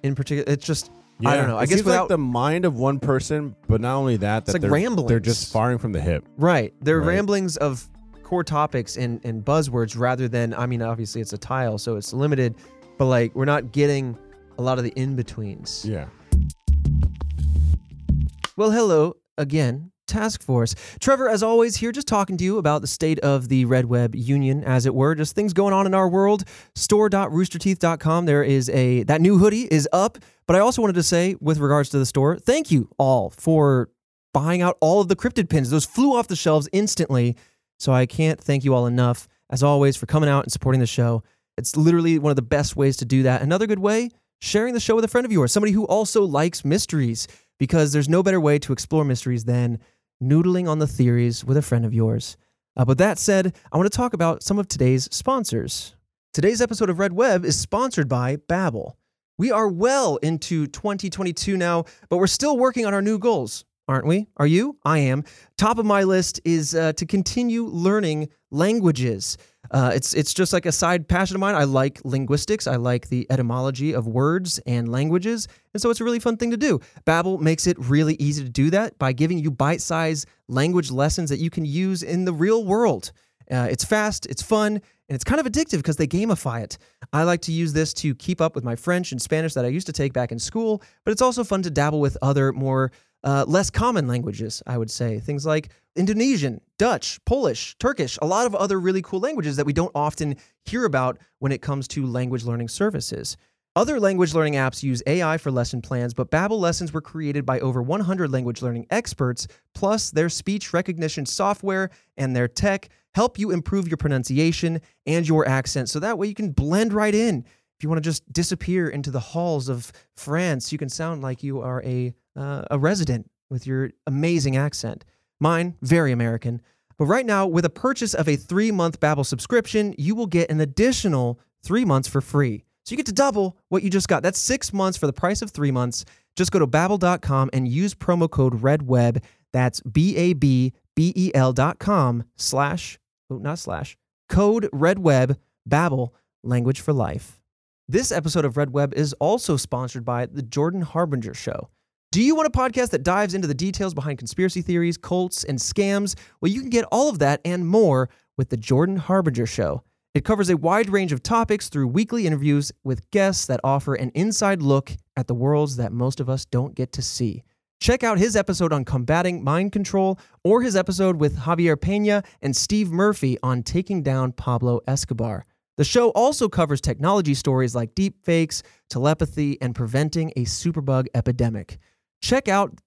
B: in particular. It's just, I don't know.
C: It
B: I guess
C: seems
B: without.
C: like the mind of one person, but not only that, that
B: It's like
C: they're, they're
B: ramblings.
C: just firing from the hip.
B: Right. They're
C: Right.
B: ramblings of core topics and, and buzzwords rather than, I mean, obviously it's a tile, so it's limited, but like we're not getting a lot of the in betweens.
C: Yeah.
B: Well, hello again, Task Force. Trevor, as always, here just talking to you about the state of the Red Web Union, as it were, just things going on in our world. Store.roosterteeth.com. There is a, that new hoodie is up. But I also wanted to say, with regards to the store, thank you all for buying out all of the cryptid pins. Those flew off the shelves instantly. So I can't thank you all enough, as always, for coming out and supporting the show. It's literally one of the best ways to do that. Another good way, sharing the show with a friend of yours, somebody who also likes mysteries, because there's no better way to explore mysteries than noodling on the theories with a friend of yours. Uh, but that said, I want to talk about some of today's sponsors. Today's episode of Red Web is sponsored by Babbel. We are well into 2022 now, but we're still working on our new goals, aren't we? Are you? I am. Top of my list is uh, to continue learning languages. Uh, it's it's just like a side passion of mine. I like linguistics. I like the etymology of words and languages, and so it's a really fun thing to do. Babbel makes it really easy to do that by giving you bite-sized language lessons that you can use in the real world. Uh, it's fast, it's fun, and it's kind of addictive because they gamify it. I like to use this to keep up with my French and Spanish that I used to take back in school, but it's also fun to dabble with other more uh, less common languages, I would say. Things like Indonesian, Dutch, Polish, Turkish, a lot of other really cool languages that we don't often hear about when it comes to language learning services. Other language learning apps use AI for lesson plans, but Babbel lessons were created by over 100 language learning experts, plus their speech recognition software and their tech help you improve your pronunciation and your accent so that way you can blend right in. If you want to just disappear into the halls of France, you can sound like you are a uh, a resident with your amazing accent. Mine, very American. But right now, with a purchase of a three month Babbel subscription, you will get an additional three months for free. So you get to double what you just got. That's six months for the price of three months. Just go to babbel.com and use promo code REDWEB. That's B A B B E L dot com slash, oh, not slash, code REDWEB, Babbel, language for life. This episode of Red Web is also sponsored by The Jordan Harbinger Show. Do you want a podcast that dives into the details behind conspiracy theories, cults, and scams? Well, you can get all of that and more with The Jordan Harbinger Show. It covers a wide range of topics through weekly interviews with guests that offer an inside look at the worlds that most of us don't get to see. Check out his episode on combating mind control or his episode with Javier Pena and Steve Murphy on taking down Pablo Escobar. The show also covers technology stories like deepfakes, telepathy, and preventing a superbug epidemic. Check out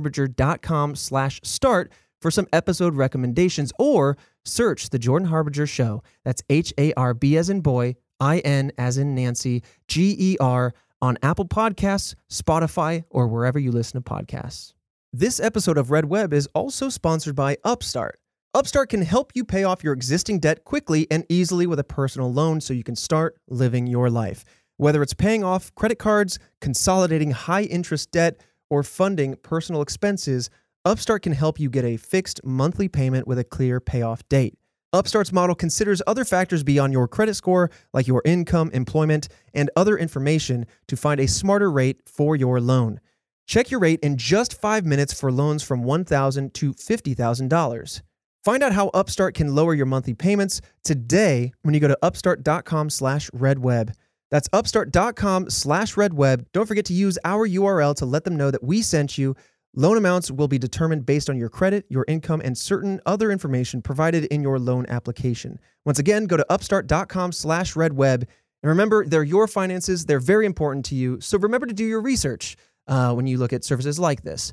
B: jordanharbinger.com slash start for some episode recommendations or search The Jordan Harbinger Show. That's H-A-R-B as in boy, I-N as in Nancy, E G-E-R on Apple Podcasts, Spotify, or wherever you listen to podcasts. This episode of Red Web is also sponsored by Upstart. Upstart can help you pay off your existing debt quickly and easily with a personal loan so you can start living your life. Whether it's paying off credit cards, consolidating high interest debt, or funding personal expenses, Upstart can help you get a fixed monthly payment with a clear payoff date. Upstart's model considers other factors beyond your credit score, like your income, employment, and other information, to find a smarter rate for your loan. Check your rate in just five minutes for loans from $1,000 to $50,000. Find out how Upstart can lower your monthly payments today when you go to upstart.com slash redweb. That's upstart.com slash redweb. Don't forget to use our URL to let them know that we sent you. Loan amounts will be determined based on your credit, your income, and certain other information provided in your loan application. Once again, go to upstart.com slash redweb. And remember, they're your finances. They're very important to you. So remember to do your research uh, when you look at services like this.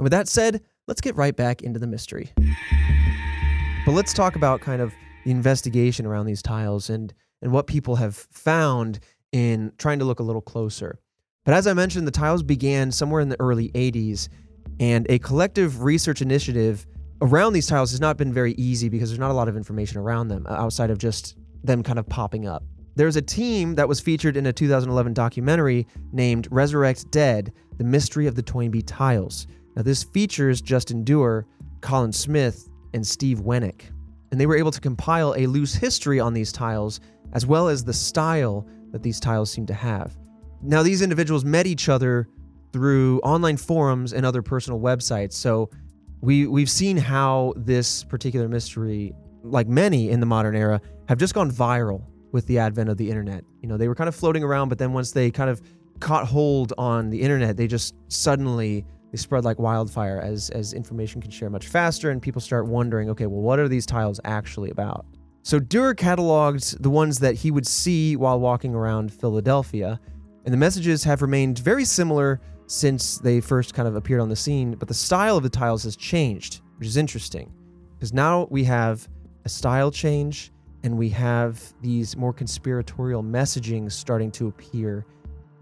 B: And with that said, let's get right back into the mystery. But let's talk about kind of the investigation around these tiles and and what people have found in trying to look a little closer. But as I mentioned, the tiles began somewhere in the early 80s, and a collective research initiative around these tiles has not been very easy because there's not a lot of information around them uh, outside of just them kind of popping up. There's a team that was featured in a 2011 documentary named Resurrect Dead The Mystery of the Toynbee Tiles. Now, this features Justin Dewar, Colin Smith, and Steve Wenick. And they were able to compile a loose history on these tiles, as well as the style that these tiles seem to have. Now, these individuals met each other through online forums and other personal websites. So, we we've seen how this particular mystery, like many in the modern era, have just gone viral with the advent of the internet. You know, they were kind of floating around, but then once they kind of caught hold on the internet, they just suddenly they spread like wildfire as as information can share much faster and people start wondering, okay, well what are these tiles actually about? So Durer cataloged the ones that he would see while walking around Philadelphia, and the messages have remained very similar since they first kind of appeared on the scene, but the style of the tiles has changed, which is interesting because now we have a style change and we have these more conspiratorial messaging starting to appear.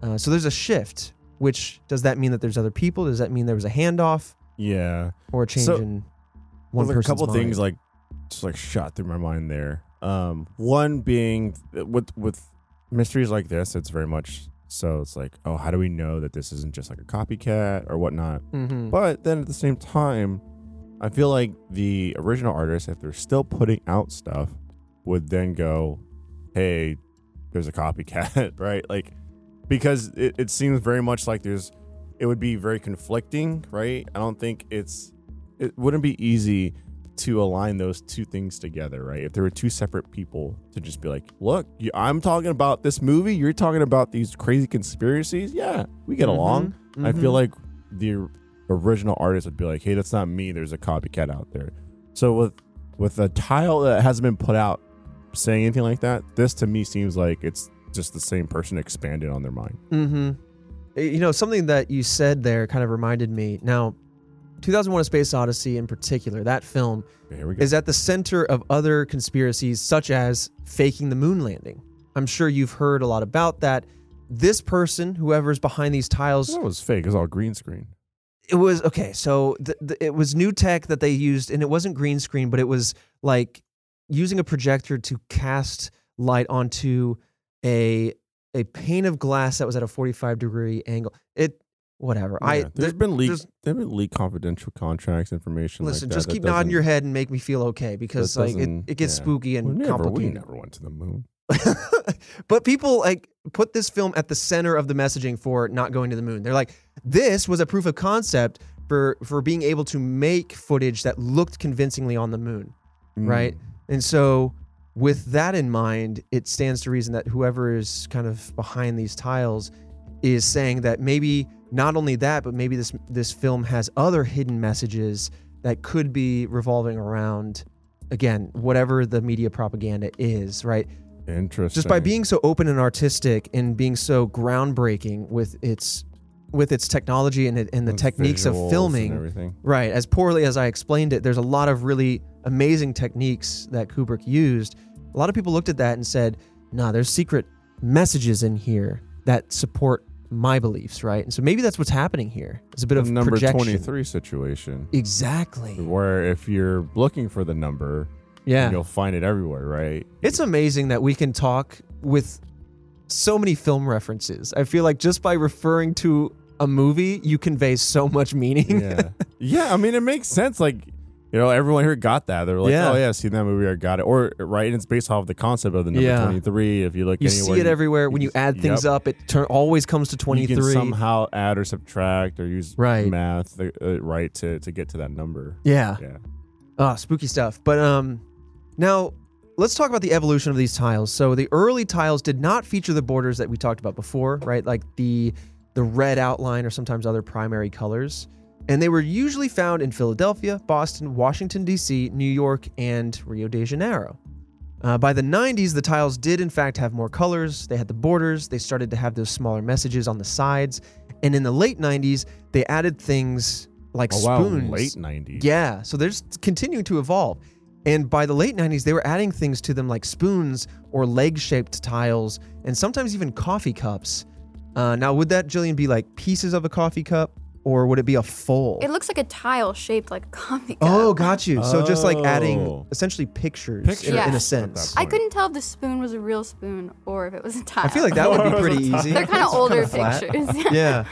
B: Uh, so there's a shift, which does that mean that there's other people? Does that mean there was a handoff
C: Yeah.
B: or a change
C: So-
B: in one
C: There's, like,
B: person's
C: a couple
B: mind?
C: things like just like shot through my mind there. Um, one being th- with with mysteries like this, it's very much so it's like, oh, how do we know that this isn't just like a copycat or whatnot?
B: Mhm.
C: But then at the same time, I feel like the original artists, if they're still putting out stuff, would then go, hey, there's a copycat, right? Like, because it, it seems very much like there's, it would be very conflicting, right? I don't think it's, it wouldn't be easy to align those two things together, right? If there were two separate people to just be like, look, you, I'm talking about this movie, you're talking about these crazy conspiracies. Yeah, we get along. I
B: Mm-hmm.
C: feel like the original artist would be like, "Hey, that's not me. There's a copycat out there." So with with a tile that hasn't been put out saying anything like that, this to me seems like it's just the same person expanded on their mind.
B: Mm-hmm. You know, something that you said there kind of reminded me. Now, 2001: A Space Odyssey, in particular, that film
C: Okay, here we go.
B: is at the center of other conspiracies such as faking the moon landing. I'm sure you've heard a lot about that. This person, whoever's behind these tiles,
C: that was fake. It was all green screen.
B: it was okay. So th- th- it was new tech that they used, and it wasn't green screen, but it was like using a projector to cast light onto a a pane of glass that was at a 45 degree angle. It whatever. I
C: Yeah,
B: th-
C: there's been leaked.
B: there's-
C: There's been leaked confidential contracts information. like
B: Listen,
C: that
B: just
C: that
B: keep nodding
C: doesn't-
B: your head and make me feel okay because
C: that
B: like it,
C: doesn't-
B: it gets
C: yeah.
B: spooky and
C: We never, we
B: complicated.
C: never went to the moon.
B: but people like put this film at the center of the messaging for not going to the moon. They're like, this was a proof of concept for for being able to make footage that looked convincingly on the moon,
C: Hmm, Mm.
B: right? And so with that in mind, it stands to reason that whoever is kind of behind these tiles is saying that maybe not only that, but maybe this this film has other hidden messages that could be revolving around again whatever the media propaganda is, right?
C: Interesting.
B: just by being so open and artistic and being so groundbreaking with its with its technology and, it, and the techniques of
C: visuals and
B: filming
C: everything.
B: right as poorly as i explained it there's a lot of really amazing techniques that kubrick used a lot of people looked at that and said nah there's secret messages in here that support my beliefs right and so maybe that's what's happening here it's a bit
C: The
B: of
C: number
B: projection.
C: 23 situation.
B: exactly
C: where if you're looking for the number,
B: yeah
C: you'll find it everywhere, right?
B: It's amazing that we can talk with so many film references. I feel like just by referring to a movie, you convey so much meaning.
C: Yeah. yeah, I mean it makes sense like you know, everyone here got that. They're like,
B: Yeah.
C: "Oh yeah, seen that movie? I got it." Or right, and it's based off the concept of the number
B: Yeah.
C: twenty-three. If you look,
B: You
C: anywhere,
B: see it everywhere. When you
C: can-
B: add things
C: yep.
B: up, it turn, always comes to
C: you
B: 23.
C: can somehow add or subtract or use
B: Right.
C: math, uh, right, to to get to that number.
B: yeah.
C: Yeah,
B: Ah, spooky stuff. But um, now let's talk about the evolution of these tiles. So the early tiles did not feature the borders that we talked about before, right? Like the the red outline or sometimes other primary colors. And they were usually found in Philadelphia, Boston, Washington D.C., New York, and Rio de Janeiro. Uh, by the 90s, the tiles did in fact have more colors. They had the borders. They started to have those smaller messages on the sides, And in the late 90s, they added things like
C: Oh wow,
B: spoons.
C: late '90s.
B: Yeah, so they're just continuing to evolve. And by the late 90s, they were adding things to them like spoons or leg shaped tiles and sometimes even coffee cups. Uh, now, would that, Jillian, be like pieces of a coffee cup or would it be a full?
D: It looks like a tile shaped like a coffee cup.
B: oh, got you. So just like adding
C: Oh.
B: essentially pictures,
C: Pictures.
B: In, in a
D: Yes.
B: sense.
D: I couldn't tell if the spoon was a real spoon or if it was a tile.
B: I feel like that would be pretty easy.
D: they're kind of older
B: flat.
D: pictures.
B: yeah.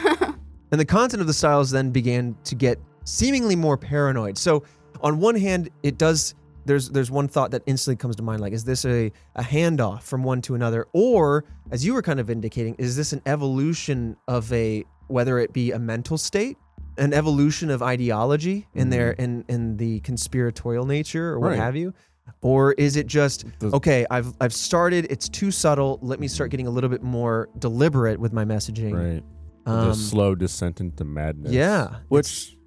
B: And the content of the styles then began to get seemingly more paranoid. So on one hand, it does there's there's one thought that instantly comes to mind like is this a, a handoff from one to another or as you were kind of indicating is this an evolution of a whether it be a mental state an evolution of ideology in their in in the conspiratorial nature or what
C: Right.
B: have you or is it just
C: Does-
B: okay i've i've started it's too subtle let me start getting a little bit more deliberate with my messaging
C: Right.
B: um,
C: the slow descent into madness.
B: yeah,
C: Which,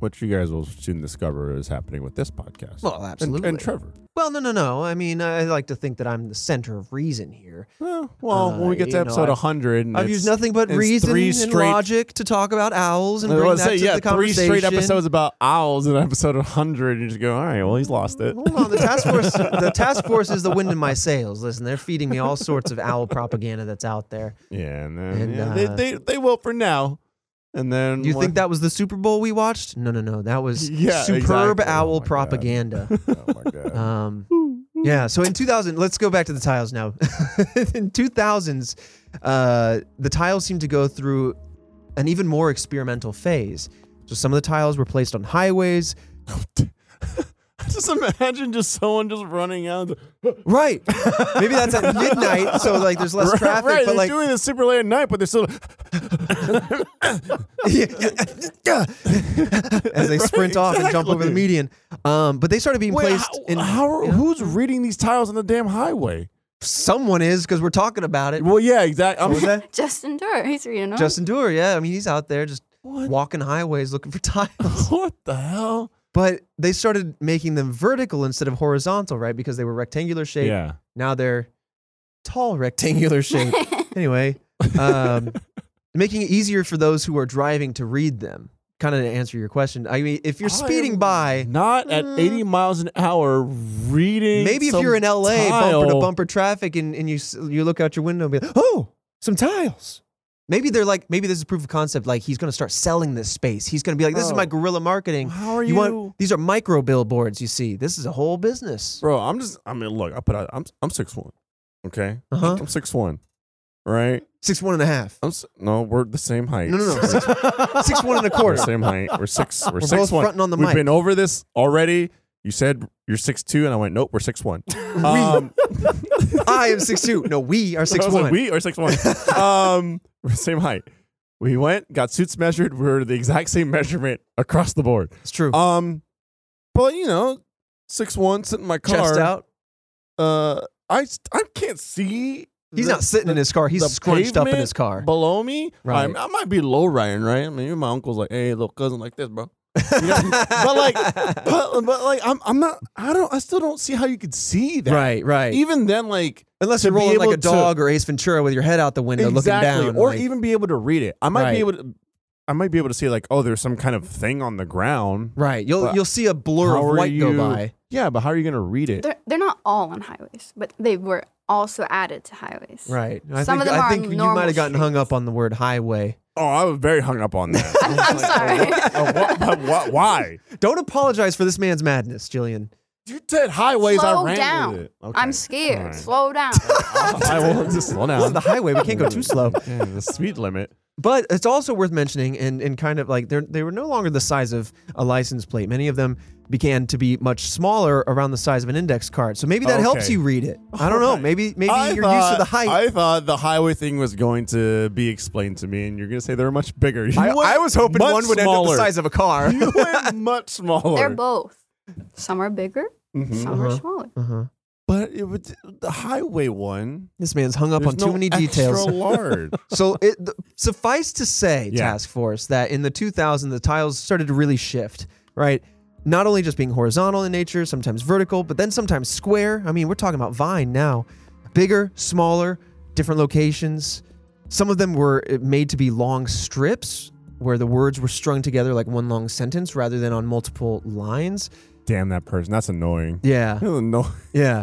C: which you guys will soon discover is happening with this podcast.
B: Well,
C: And- And,
B: absolutely.
C: Trevor.
B: Well, no, no, no. I mean, I like to think that I'm the center of reason here.
C: Well, well,
B: Uh,
C: when we get
B: you
C: to
B: know,
C: episode
B: I've-
C: 100, and
B: I've
C: it's-
B: used nothing but
C: it's
B: reason
C: three
B: and
C: straight-
B: logic to talk about owls and
C: I was
B: bring
C: gonna
B: that
C: say,
B: to
C: yeah,
B: the conversation.
C: three straight episodes about owls in episode 100, and you just go, all right, well, he's lost it.
B: Hold on, the task force. the task force is the wind in my sails. Listen, they're feeding me all sorts of owl propaganda that's out there.
C: Yeah, and then
B: And,
C: yeah,
B: uh,
C: they, they they will for now, and then
B: You
C: when-
B: think that was the Super Bowl we watched? No, no, no. That was
C: Yeah,
B: superb
C: exactly.
B: owl
F: Oh my God.
B: propaganda.
F: Oh my god.
B: Um, yeah. So in 2000, let's go back to the tiles now. in 2000s, uh, the tiles seemed to go through an even more experimental phase. So some of the tiles were placed on highways.
C: just imagine just someone just running out.
B: Right. Maybe that's at midnight, so like there's less traffic.
C: right,
B: but
C: they're
B: like,
C: doing this super late at night, but they're still
B: as they sprint off and jump over the
C: exactly.
B: median. Um, but they started being
C: Wait,
B: placed
C: how,
B: in.
C: how are-
B: you know,
C: who's reading these tiles on the damn highway?
B: someone is because we're talking about it.
C: Well, yeah, exactly. I'm
B: What was that?
D: Justin Durr, he's reading them.
B: Justin Dewar, yeah. I mean, he's out there just
C: What?
B: walking highways looking for tiles.
C: what the hell?
B: but they started making them vertical instead of horizontal, right? Because they were rectangular shape. Now they're tall rectangular shape. anyway, um, making it easier for those who are driving to read them. Kind of to answer your question. I mean, if you're speeding
C: I'm
B: by, Mm.
C: not at 80 miles an hour reading.
B: maybe if
C: some
B: you're in LA,
C: tile.
B: bumper to bumper traffic, and, and you s- you look out your window and be like, oh, some tiles. Maybe they're like, maybe this is proof of concept. Like he's going to start selling this space. He's going to be like, this is my guerrilla marketing.
C: Oh. How are you?
B: want these are micro billboards? You see, this is a whole business.
C: Bro, I'm just. I mean, look. I put. out- I'm. I'm six one. Okay.
B: Uh-huh.
C: I'm six one. Right.
B: Six one and a half.
C: I'm. s- No, we're the same height.
B: No, no, no. Six, six one and a
C: We're
B: quarter.
C: same height. We're six. We're,
B: both
C: six one.
B: fronting on the
C: We've
B: mic.
C: been over this already. You said you're six two, and I went, nope, we're six one. Um,
B: I am six two. No, we are
C: I
B: six
C: was like,
B: one.
C: we are six one. um, we're same height. We went, got suits measured. We're the exact same measurement across the board.
B: it's true.
C: Um, but you know, six one sitting in my car.
B: Chest out.
C: Uh, I st- I can't see.
B: He's
C: the-
B: not sitting in his car. He's
C: the
B: scrunched up in
C: pavement
B: his car.
C: below me.
B: Right.
C: I'm- I, might be low riding, right? I mean, my uncle's like, "Hey, little cousin, like this, bro." You know? but like, but, but like, I'm I'm not. I don't. I still don't see how you could see that.
B: right, right.
C: Even then, like
B: Unless
C: to
B: you're
C: be
B: rolling like
C: able
B: a
C: to-
B: dog or Ace Ventura with your head out the window
C: exactly,
B: looking down,
C: or
B: like-
C: even be able to read it. I might
B: Right.
C: be able to. I might be able to see like, oh, there's some kind of thing on the ground.
B: right. You'll
C: But
B: you'll see a blur
C: How
B: of
C: are
B: white go
C: you-
B: by.
C: Yeah, but how are you gonna read it?
D: They're, they're not all on highways, but they were also added to highways.
B: Right. I
D: Some
B: think,
D: of them
B: I
D: are
B: think
D: on
B: you
D: normal
B: might have gotten hung up on the word highway.
C: Oh, I was very hung up on that.
D: I'm, I'm
B: oh,
D: sorry.
C: Uh, wha- but wha- why?
B: Don't apologize for this man's madness, Jillian.
C: You said highways.
D: Slow
C: I ran
D: down.
C: with it. Okay.
D: I'm scared.
C: All right.
D: Slow down.
C: I will just slow
B: This is
C: down.
B: the highway. We can't go too slow.
C: Yeah, the speed limit.
B: But it's also worth mentioning, and, and kind of like they're, they were no longer the size of a license plate. Many of them began to be much smaller, around the size of an index card. So maybe that helps
C: Okay.
B: you read it. I don't know. Maybe maybe
C: I
B: you're used to
C: thought-
B: the height.
C: I thought the highway thing was going to be explained to me, and you're going to say they're much bigger. You
B: I,
C: went
B: I was hoping
C: much
B: one would end up
C: smaller.
B: the size of a car.
C: you went much smaller.
D: they're both. Some are bigger,
B: Mm-hmm.
C: Mhm.
D: some are smaller.
B: uh-huh.
C: But it would, the highway one.
B: This man's hung up
C: there's
B: on too
C: no
B: many details.
C: Extra large.
B: so it th- suffice to say
C: Yeah.
B: task force that in the 2000 the tiles started to really shift right not only just being horizontal in nature sometimes vertical but then sometimes square i mean we're talking about vine now bigger smaller different locations Some of them were uh, made to be long strips where the words were strung together like one long sentence rather than on multiple lines.
C: Damn that person. That's annoying.
B: Yeah.
C: That's annoying.
B: Yeah.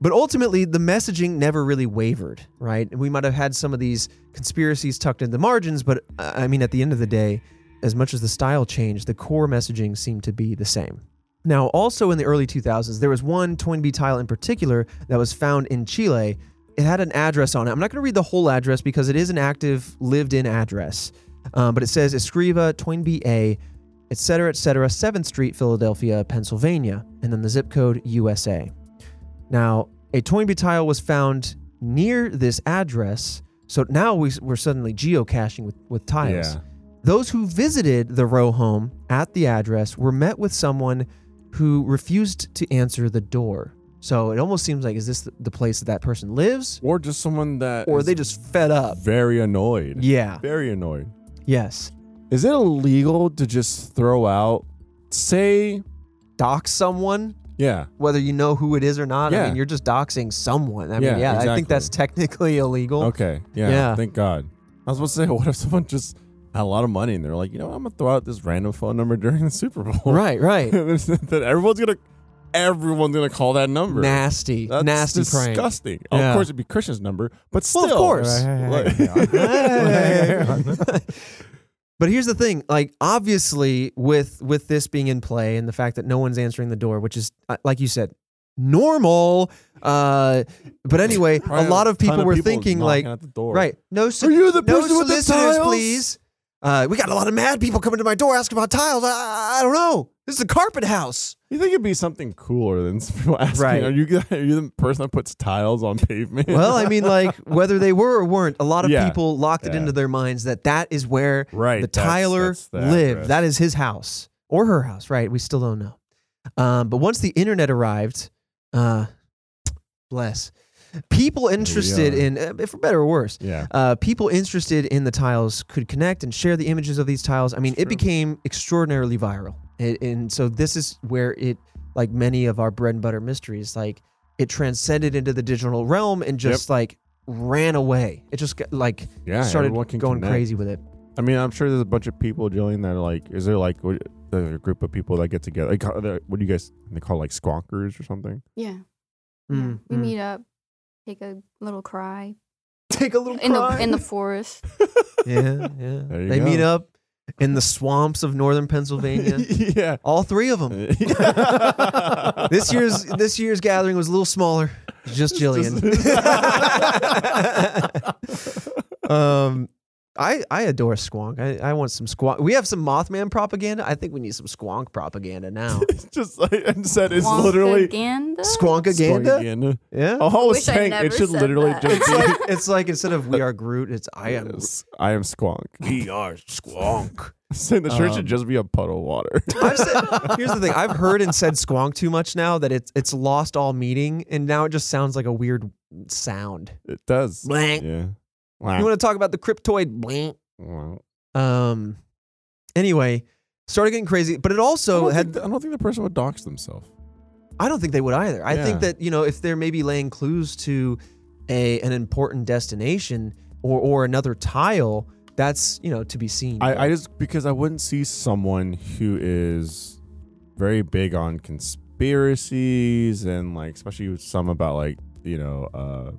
B: but ultimately, the messaging never really wavered, right? We might have had some of these conspiracies tucked in the margins, but uh, I mean, at the end of the day, as much as the style changed, the core messaging seemed to be the same. Now, also in the early 2000s, there was one Toynbee tile in particular that was found in Chile. It had an address on it. I'm not going to read the whole address because it is an active lived in address. Um, but it says Escriva, Toynbee A, etc., etc., 7th Street, Philadelphia, Pennsylvania, and then the zip code USA. Now, a Toynbee tile was found near this address, so now we, we're suddenly geocaching with, with tiles.
C: Yeah.
B: Those who visited the row home at the address were met with someone who refused to answer the door. So it almost seems like, is this the- the place that that person lives?
C: Or just someone that
B: Or are
C: is
B: they just fed up?
C: very annoyed.
B: Yeah.
C: Very annoyed.
B: Yes.
C: Is it illegal to just throw out say
B: Dox someone?
C: yeah.
B: whether you know who it is or not. I
C: Yeah.
B: mean, you're just doxing someone. I
C: Yeah,
B: mean, yeah, I think
C: exactly.
B: that's technically illegal.
C: Okay. Yeah.
B: Yeah.
C: Thank God. I was about to say, what if someone just had a lot of money and they're like, you know, what, I'm gonna throw out this random phone number during the Super Bowl.
B: Right, right.
C: that everyone's gonna everyone's gonna call that number.
B: nasty,
C: That's
B: nasty prank.
C: disgusting.
B: Yeah.
C: Of course it'd be Christian's number, but still
B: Well, of course. But here's the thing, like obviously with with this being in play and the fact that no one's answering the door, which is uh, like you said, normal. Uh, but anyway, a
C: Probably
B: lot of
C: ton
B: people were
C: people
B: thinking
C: knocking
B: like,
C: at the door.
B: right, no, so,
C: Are you the
B: no
C: person with the
B: solicitors,
C: tiles?
B: please. Uh, we got a lot of mad people coming to my door asking about tiles. I- I, I don't know. This is a carpet house.
C: You think it'd be something cooler than people asking,
B: Right.
C: "Are you are you the person that puts tiles on pavement?"
B: well, I mean, like whether they were or weren't, a lot of
C: Yeah.
B: people locked it
C: Yeah.
B: into their minds that that is where
C: Right,
B: the
C: that's-
B: Tyler
C: that's the
B: lived.
C: address.
B: That is his house or her house, right? We still don't know. Um, but once the internet arrived, uh, bless people interested
C: are.
B: in, uh, for better or worse,
C: yeah,
B: uh, people interested in the tiles could connect and share the images of these tiles. I mean, it became extraordinarily viral, It- and so this is where it, like many of our bread and butter mysteries, like it transcended into the digital realm and just like ran away. It just got, like
C: yeah.
B: started
C: everyone can
B: going
C: connect.
B: crazy with it.
C: I mean, I'm sure there's a bunch of people, Jillian, that are like, is there like what, there's a group of people that get together? Like, are there- what do you guys they call like squonkers or something?
D: Yeah.
C: Hmm.
B: Mm,
D: We
B: mm.
D: meet up, take a little cry
B: Take a little
D: in the
B: cry.
D: in the forest.
B: yeah, yeah.
C: There you
B: They meet
C: go.
B: up in the swamps of northern Pennsylvania.
C: yeah.
B: All three of them. This year's this year's gathering was a little smaller. Just Jillian. um, I I adore Squonk. I, I want some Squonk. We have some Mothman propaganda. I think we need some Squonk propaganda now.
C: just like and said, it's
D: Once
C: literally
D: again, though?
B: Squonkaganda.
C: Squonkaganda.
B: Yeah.
C: Oh, I was
D: wish I
C: saying
D: never
C: it should
D: said
C: literally
D: that.
C: just
B: It's
C: be
B: like it's like instead of we are Groot, it's I am.
C: Yes, I am squonk.
A: We are squonk.
C: Saying the church should just be a puddle of water.
B: I've said, here's the thing. I've heard and said Squonk too much now that it's it's lost all meaning, and now it just sounds like a weird sound.
C: it does.
B: Blank.
C: Yeah.
B: You want to talk about the cryptoid? Blank. Um. Anyway, started getting crazy, but it
C: I
B: also
C: don't,
B: had.
C: think, I don't think the person would dox themselves.
B: I don't think they would either. I think
C: Yeah.
B: that you know if they're maybe laying clues to a an important destination or or another tile, that's you know to be seen.
C: I, I just because I wouldn't see someone who is very big on conspiracies and like especially with some about like you know uh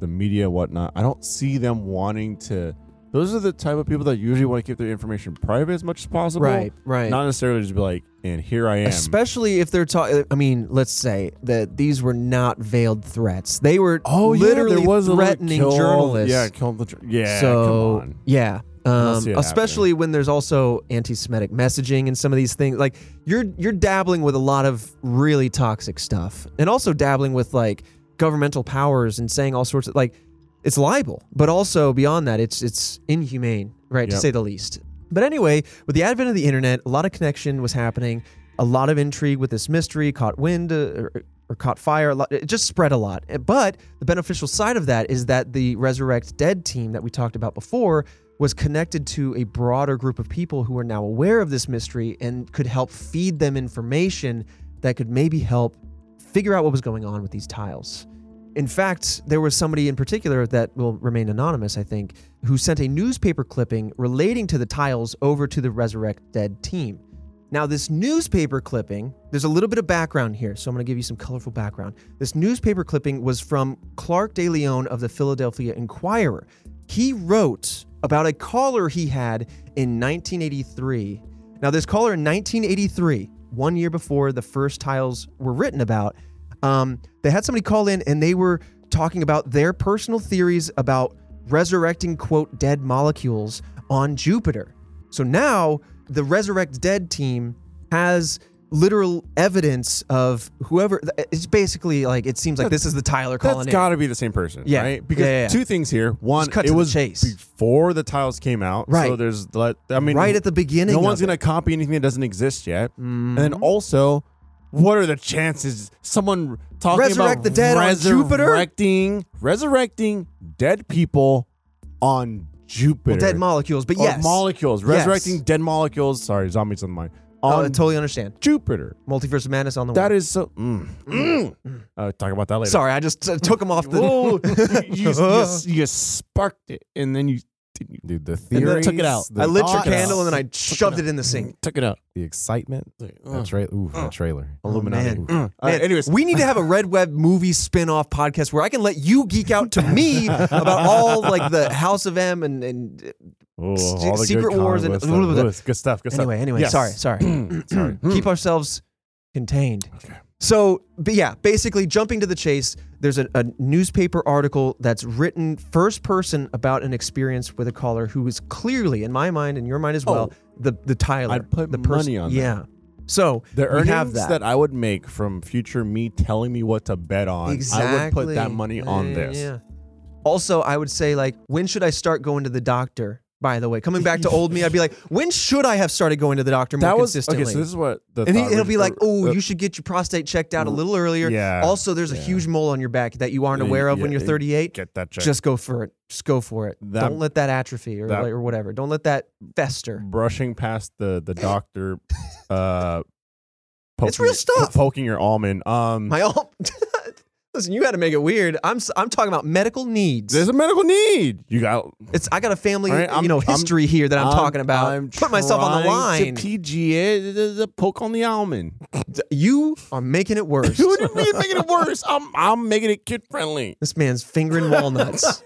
C: the media and whatnot. I don't see them wanting to. Those are the type of people that usually want to keep their information private as much as possible.
B: right, right.
C: Not necessarily just be like, and here I am.
B: Especially if they're talking. I mean, let's say that these were not veiled threats. They were
C: Oh,
B: literally
C: a little
B: threatening
C: kill-
B: journalists.
C: Yeah, kill the. jour- Yeah,
B: so
C: come on.
B: yeah
C: don't
B: um,
C: see it
B: especially when there's also anti-semitic messaging and some of these things like you're you're dabbling with a lot of really toxic stuff and also dabbling with like governmental powers and saying all sorts of like it's libel but also beyond that it's it's inhumane right to
C: Yep.
B: say the least but anyway with the advent of the internet a lot of connection was happening a lot of intrigue with this mystery caught wind uh, or, or caught fire a lot it just spread a lot Eh, but the beneficial side of that is that the resurrect dead team that we talked about before was connected to a broader group of people who are now aware of this mystery and could help feed them information that could maybe help figure out what was going on with these tiles In fact, there was somebody in particular that will remain anonymous, I think, who sent a newspaper clipping relating to the tiles over to the Resurrect Dead team. Now, this newspaper clipping, there's a little bit of background here, so I'm going to give you some colorful background. This newspaper clipping was from Clark De Leon of the Philadelphia Inquirer. He wrote about a caller he had in 1983. Now, this caller in 1983, one year before the first tiles were written about, um, they had somebody call in and they were talking about their personal theories about resurrecting, quote, dead molecules on Jupiter. So now the Resurrect Dead team has literal evidence of whoever. It's basically like, it seems like this is the Tyler calling
C: That's
B: in.
C: got to be the same person,
B: Yeah.
C: right? Because
B: Yeah, yeah, yeah.
C: two things here. One,
B: cut
C: it
B: to the
C: was
B: chase.
C: before the tiles came out, So
B: Right.
C: there's, let- I mean,
B: right at the beginning.
C: no one's
B: of it. Mm-hmm.
C: gonna copy anything that doesn't exist yet. And then also, what are the chances someone talking
B: Resurrect
C: about
B: the dead on Jupiter?
C: resurrecting, resurrecting dead people on Jupiter?
B: Well, dead molecules, but
C: Or
B: yes.
C: molecules,
B: Yes.
C: resurrecting dead molecules. Sorry, zombies on mine
B: Oh,
C: on
B: I totally understand.
C: Jupiter.
B: Multiverse of Madness on the
C: That
B: way.
C: is so. Mm, mm. Uh, talk about that later.
B: Sorry, I just uh, took them off the.
C: Whoa, you, you, you, you sparked it, and then you, you
F: Dude, the
C: And
F: theory.
C: then I took it out.
B: I lit your
C: Thoughts.
B: candle and then I shoved it in the sink.
C: took it out. uh,
F: The excitement. That trailer. Ooh, that trailer.
B: Oh,
C: Illuminati.
B: man.
C: Uh,
B: Man,
C: anyways,
B: we need to have a Red Web movie spin-off podcast where I can let you geek out to me about all like the House of M and and
C: Oh,
B: Se- Secret Wars and-
C: stuff. Ooh, it's good stuff. Good
B: anyway, anyway,
C: Yes. Hmm.
B: sorry, sorry. Keep ourselves contained. So, but yeah, basically jumping to the chase, there's a, a newspaper article that's written first person about an experience with a caller who is clearly, in my mind and your mind as well, the the Tyler.
C: Oh. I'd put
B: the pers-
C: money on that.
B: Yeah. So
C: The
B: we
C: earnings
B: have
C: that. I would make from future me telling me what to bet on, I would put that money on
B: Yeah,
C: this.
B: yeah. Also, I would say like, when should I start going to the doctor? By the way, coming back to old me, I'd be like, when should I have started going to the doctor more
C: That was
B: consistently?
C: okay. So this is what the
B: and he,
C: thought
B: he'll
C: was-
B: be like,
C: uh,
B: "Oh,
C: uh,
B: you should get your prostate checked out a little earlier."
C: yeah,
B: Also, there's a huge mole on your back that you aren't
C: Yeah,
B: aware of when
C: yeah,
B: you're 38.
C: get that check.
B: Just go for it. Just go for it.
C: That-
B: Don't let that atrophy or
C: that-
B: like- or whatever. Don't let that fester.
C: brushing past the the doctor. uh,
B: It's real
C: poking-
B: stuff.
C: Poking your almond. Um,
B: My all. Listen, you got to make it weird. I'm s- I'm talking about medical needs.
C: there's a medical need. You got
B: It's I got a family,
C: All right, I'm-
B: you know,
C: I'm-
B: history here that I'm, talking about.
C: I'm
B: Put myself on the
C: trying
B: line.
C: To PG it. There's a poke on the almond.
B: you are making it worse.
C: Dude, you're making it worse. I'm I'm making it kid friendly.
B: this man's fingering walnuts.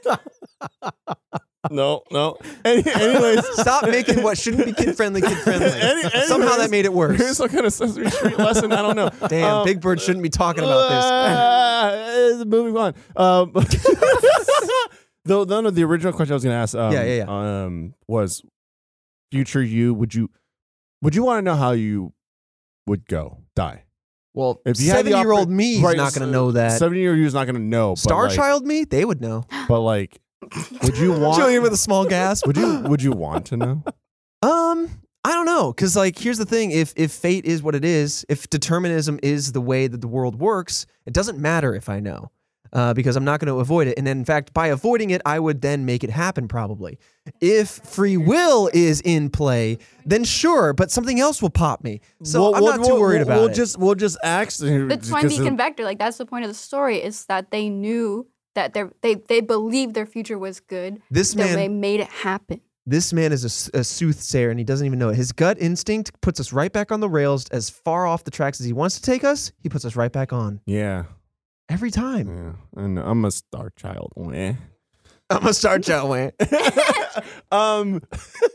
C: No, no. Any, anyways,
B: Stop making what shouldn't be kid friendly kid friendly.
C: Any- anyways,
B: Somehow that made it
C: Here's
B: worse.
C: some kind of Sesame Street lesson. I don't know.
B: Damn,
C: Um,
B: Big Bird shouldn't be talking about
C: uh, uh, moving on. Um, though, no, no, the original question I was going to ask. Um,
B: Yeah, yeah,
C: Um, was future you? Would you? Would you want to know how you would go die?
F: Well,
C: If
B: this.
C: you had the
B: Seven year old
C: oppor-
B: me is
C: Right,
B: not going
C: so-
B: to know that.
C: Seven year old you is not going to know. but
B: Star
C: like-
B: Child me, they would know.
C: but like, would you want?
B: Jillian with a small gasp.
C: would you? Would you want to know?
B: Um, I don't know, because like here's the thing: if if fate is what it is, if determinism is the way that the world works, it doesn't matter if I know, uh, because I'm not going to avoid it. And in fact, by avoiding it, I would then make it happen. Probably, if free will is in play, then sure, but something else will pop me. So
C: We'll-
B: I'm
C: we'll-
B: not too
C: we'll-
B: worried
C: we'll-
B: about
C: we'll
B: it.
C: Just, we'll just ask.
D: The Twin Peak and Vector, like that's the point of the story, is that they knew that they they they believed their future was good,
B: this
D: so they
B: man,
D: made it happen.
B: this man is a s- a, soothsayer, and he doesn't even know it. His gut instinct puts us right back on the rails, as far off the tracks as he wants to take us. He puts us right back on
C: Yeah,
B: every time.
C: yeah. And I'm a star child. Meh.
B: I'm a star child, man.
C: um,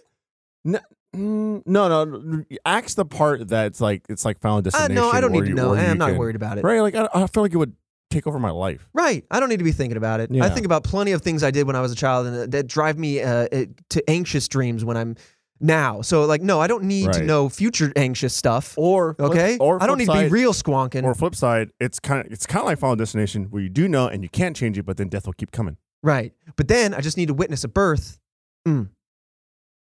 C: no, mm, no, no. Ask the part that's like it's like final
B: Uh,
C: destination.
B: no, I don't
C: where
B: need to
C: you-
B: know.
C: where
B: I'm
C: you
B: not
C: can-
B: worried about it. Right.
C: Right? Like I, I feel like it would take over my life.
B: I don't need to be thinking about it. I
C: Yeah.
B: think about plenty of things I did when I was a child and uh, that drive me uh, uh, to anxious dreams when I'm now. So, like, no, I don't need to
C: Right.
B: know future anxious stuff.
C: Or flip-
B: Okay?
C: or
B: I don't need
C: flip
B: to be
C: side-
B: real squonking.
C: Or flip side, it's kind of it's kind of like final destination where you do know and you can't change it, but then death will keep coming.
B: right. But then I just need to witness a birth. Mm.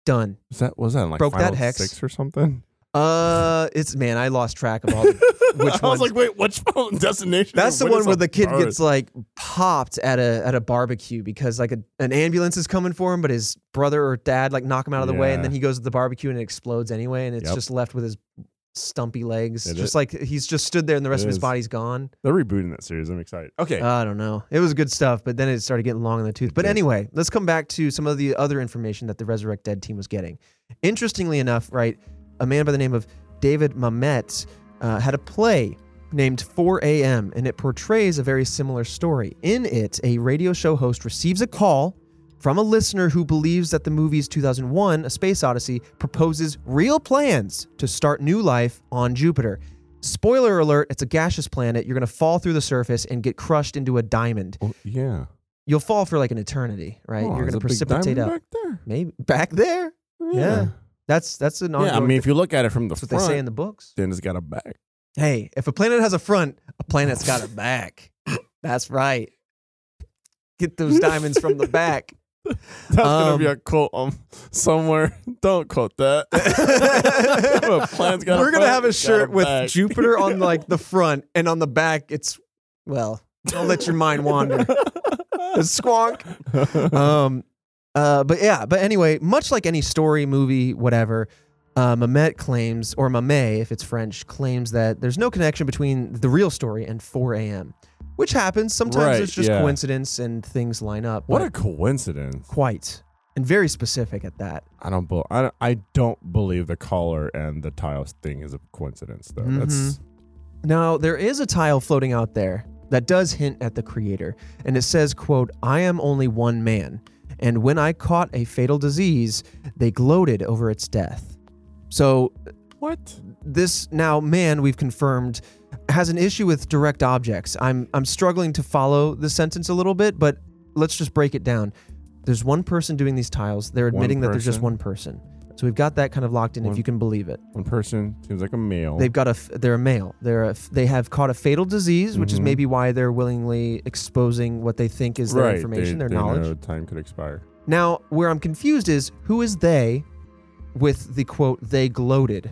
B: Done.
C: Was that was that in, like
B: Broke that
C: Final
B: hex.
C: six or something?
B: Uh, it's man, I lost track of all the Which
C: I was
B: one's-
C: like, wait, which final destination?
B: That's the
C: When
B: one
C: is
B: where
C: a
B: the kid
C: birth?
B: gets like popped at a at a barbecue because like a, an ambulance is coming for him, but his brother or dad like knock him out of the way, and
C: Yeah.
B: then he goes to the barbecue and it explodes anyway, and it's
C: Yep.
B: just left with his stumpy legs.
C: Is
B: just like he's just stood there and the rest
C: It
B: of his
C: is.
B: body's gone.
C: They're rebooting that series. I'm excited. Okay.
B: I don't know. It was good stuff, but then it started getting long in the tooth. But anyway, let's come back to some of the other information that the Resurrect Dead team was getting. Interestingly enough, right, a man by the name of David Mamet uh, had a play named 4 a.m., and it portrays a very similar story. In it, a radio show host receives a call from a listener who believes that the movie's 2001 A Space Odyssey proposes real plans to start new life on Jupiter. Spoiler alert, it's a gaseous planet. You're going to fall through the surface and get crushed into a diamond.
C: Well, Oh, yeah.
B: You'll fall for like an eternity, right?
C: Oh,
B: You're going
C: there's
B: to
C: a big
B: precipitate
C: diamond
B: up.
C: Back there.
B: Maybe back there. Yeah. That's that's an
C: Yeah.
B: ongoing
C: I mean, if you look at it from the
B: that's what
C: front,
B: they say in the books.
C: then it's got a back.
B: Hey, if a planet has a front, a planet's got a back. That's right. Get those diamonds from the back.
C: That's gonna
B: Um,
C: be a quote um somewhere. Don't quote that. A plan's got a
B: We're gonna
C: front,
B: have a
C: it's got
B: shirt with
C: back.
B: Jupiter on like the front, and on the back, it's well. Don't let your mind wander. It's squonk. Um, uh, but yeah, but anyway, much like any story, movie, whatever, uh, Mamet claims, or Mamet, if it's French, claims that there's no connection between the real story and 4 a.m., which happens sometimes.
C: Right,
B: it's just
C: yeah.
B: coincidence and things line up.
C: What
B: but
C: a coincidence!
B: quite and very specific at that.
C: I don't, bel I don't. I don't believe the collar and the tiles thing is a coincidence, though. That's
B: Mm-hmm. Now, there is a tile floating out there that does hint at the creator, and it says, quote, I am only one man, and when I caught a fatal disease, they gloated over its death. So
C: what?
B: this now man we've confirmed has an issue with direct objects. I'm I'm struggling to follow the sentence a little bit, but let's just break it down. There's one person doing these tiles. They're admitting that there's just
C: person?
B: one person. So we've got that kind of locked in if you can believe it.
C: One person seems like a male.
B: They've got a. f- They're a male. They're a, f- they have caught a fatal disease, which is
C: Mhm.
B: maybe why they're willingly exposing what they think is their
C: right,
B: information,
C: they,
B: their
C: they
B: knowledge.
C: Know time could expire.
B: Now, where I'm confused is who is they, with the quote "they gloated,"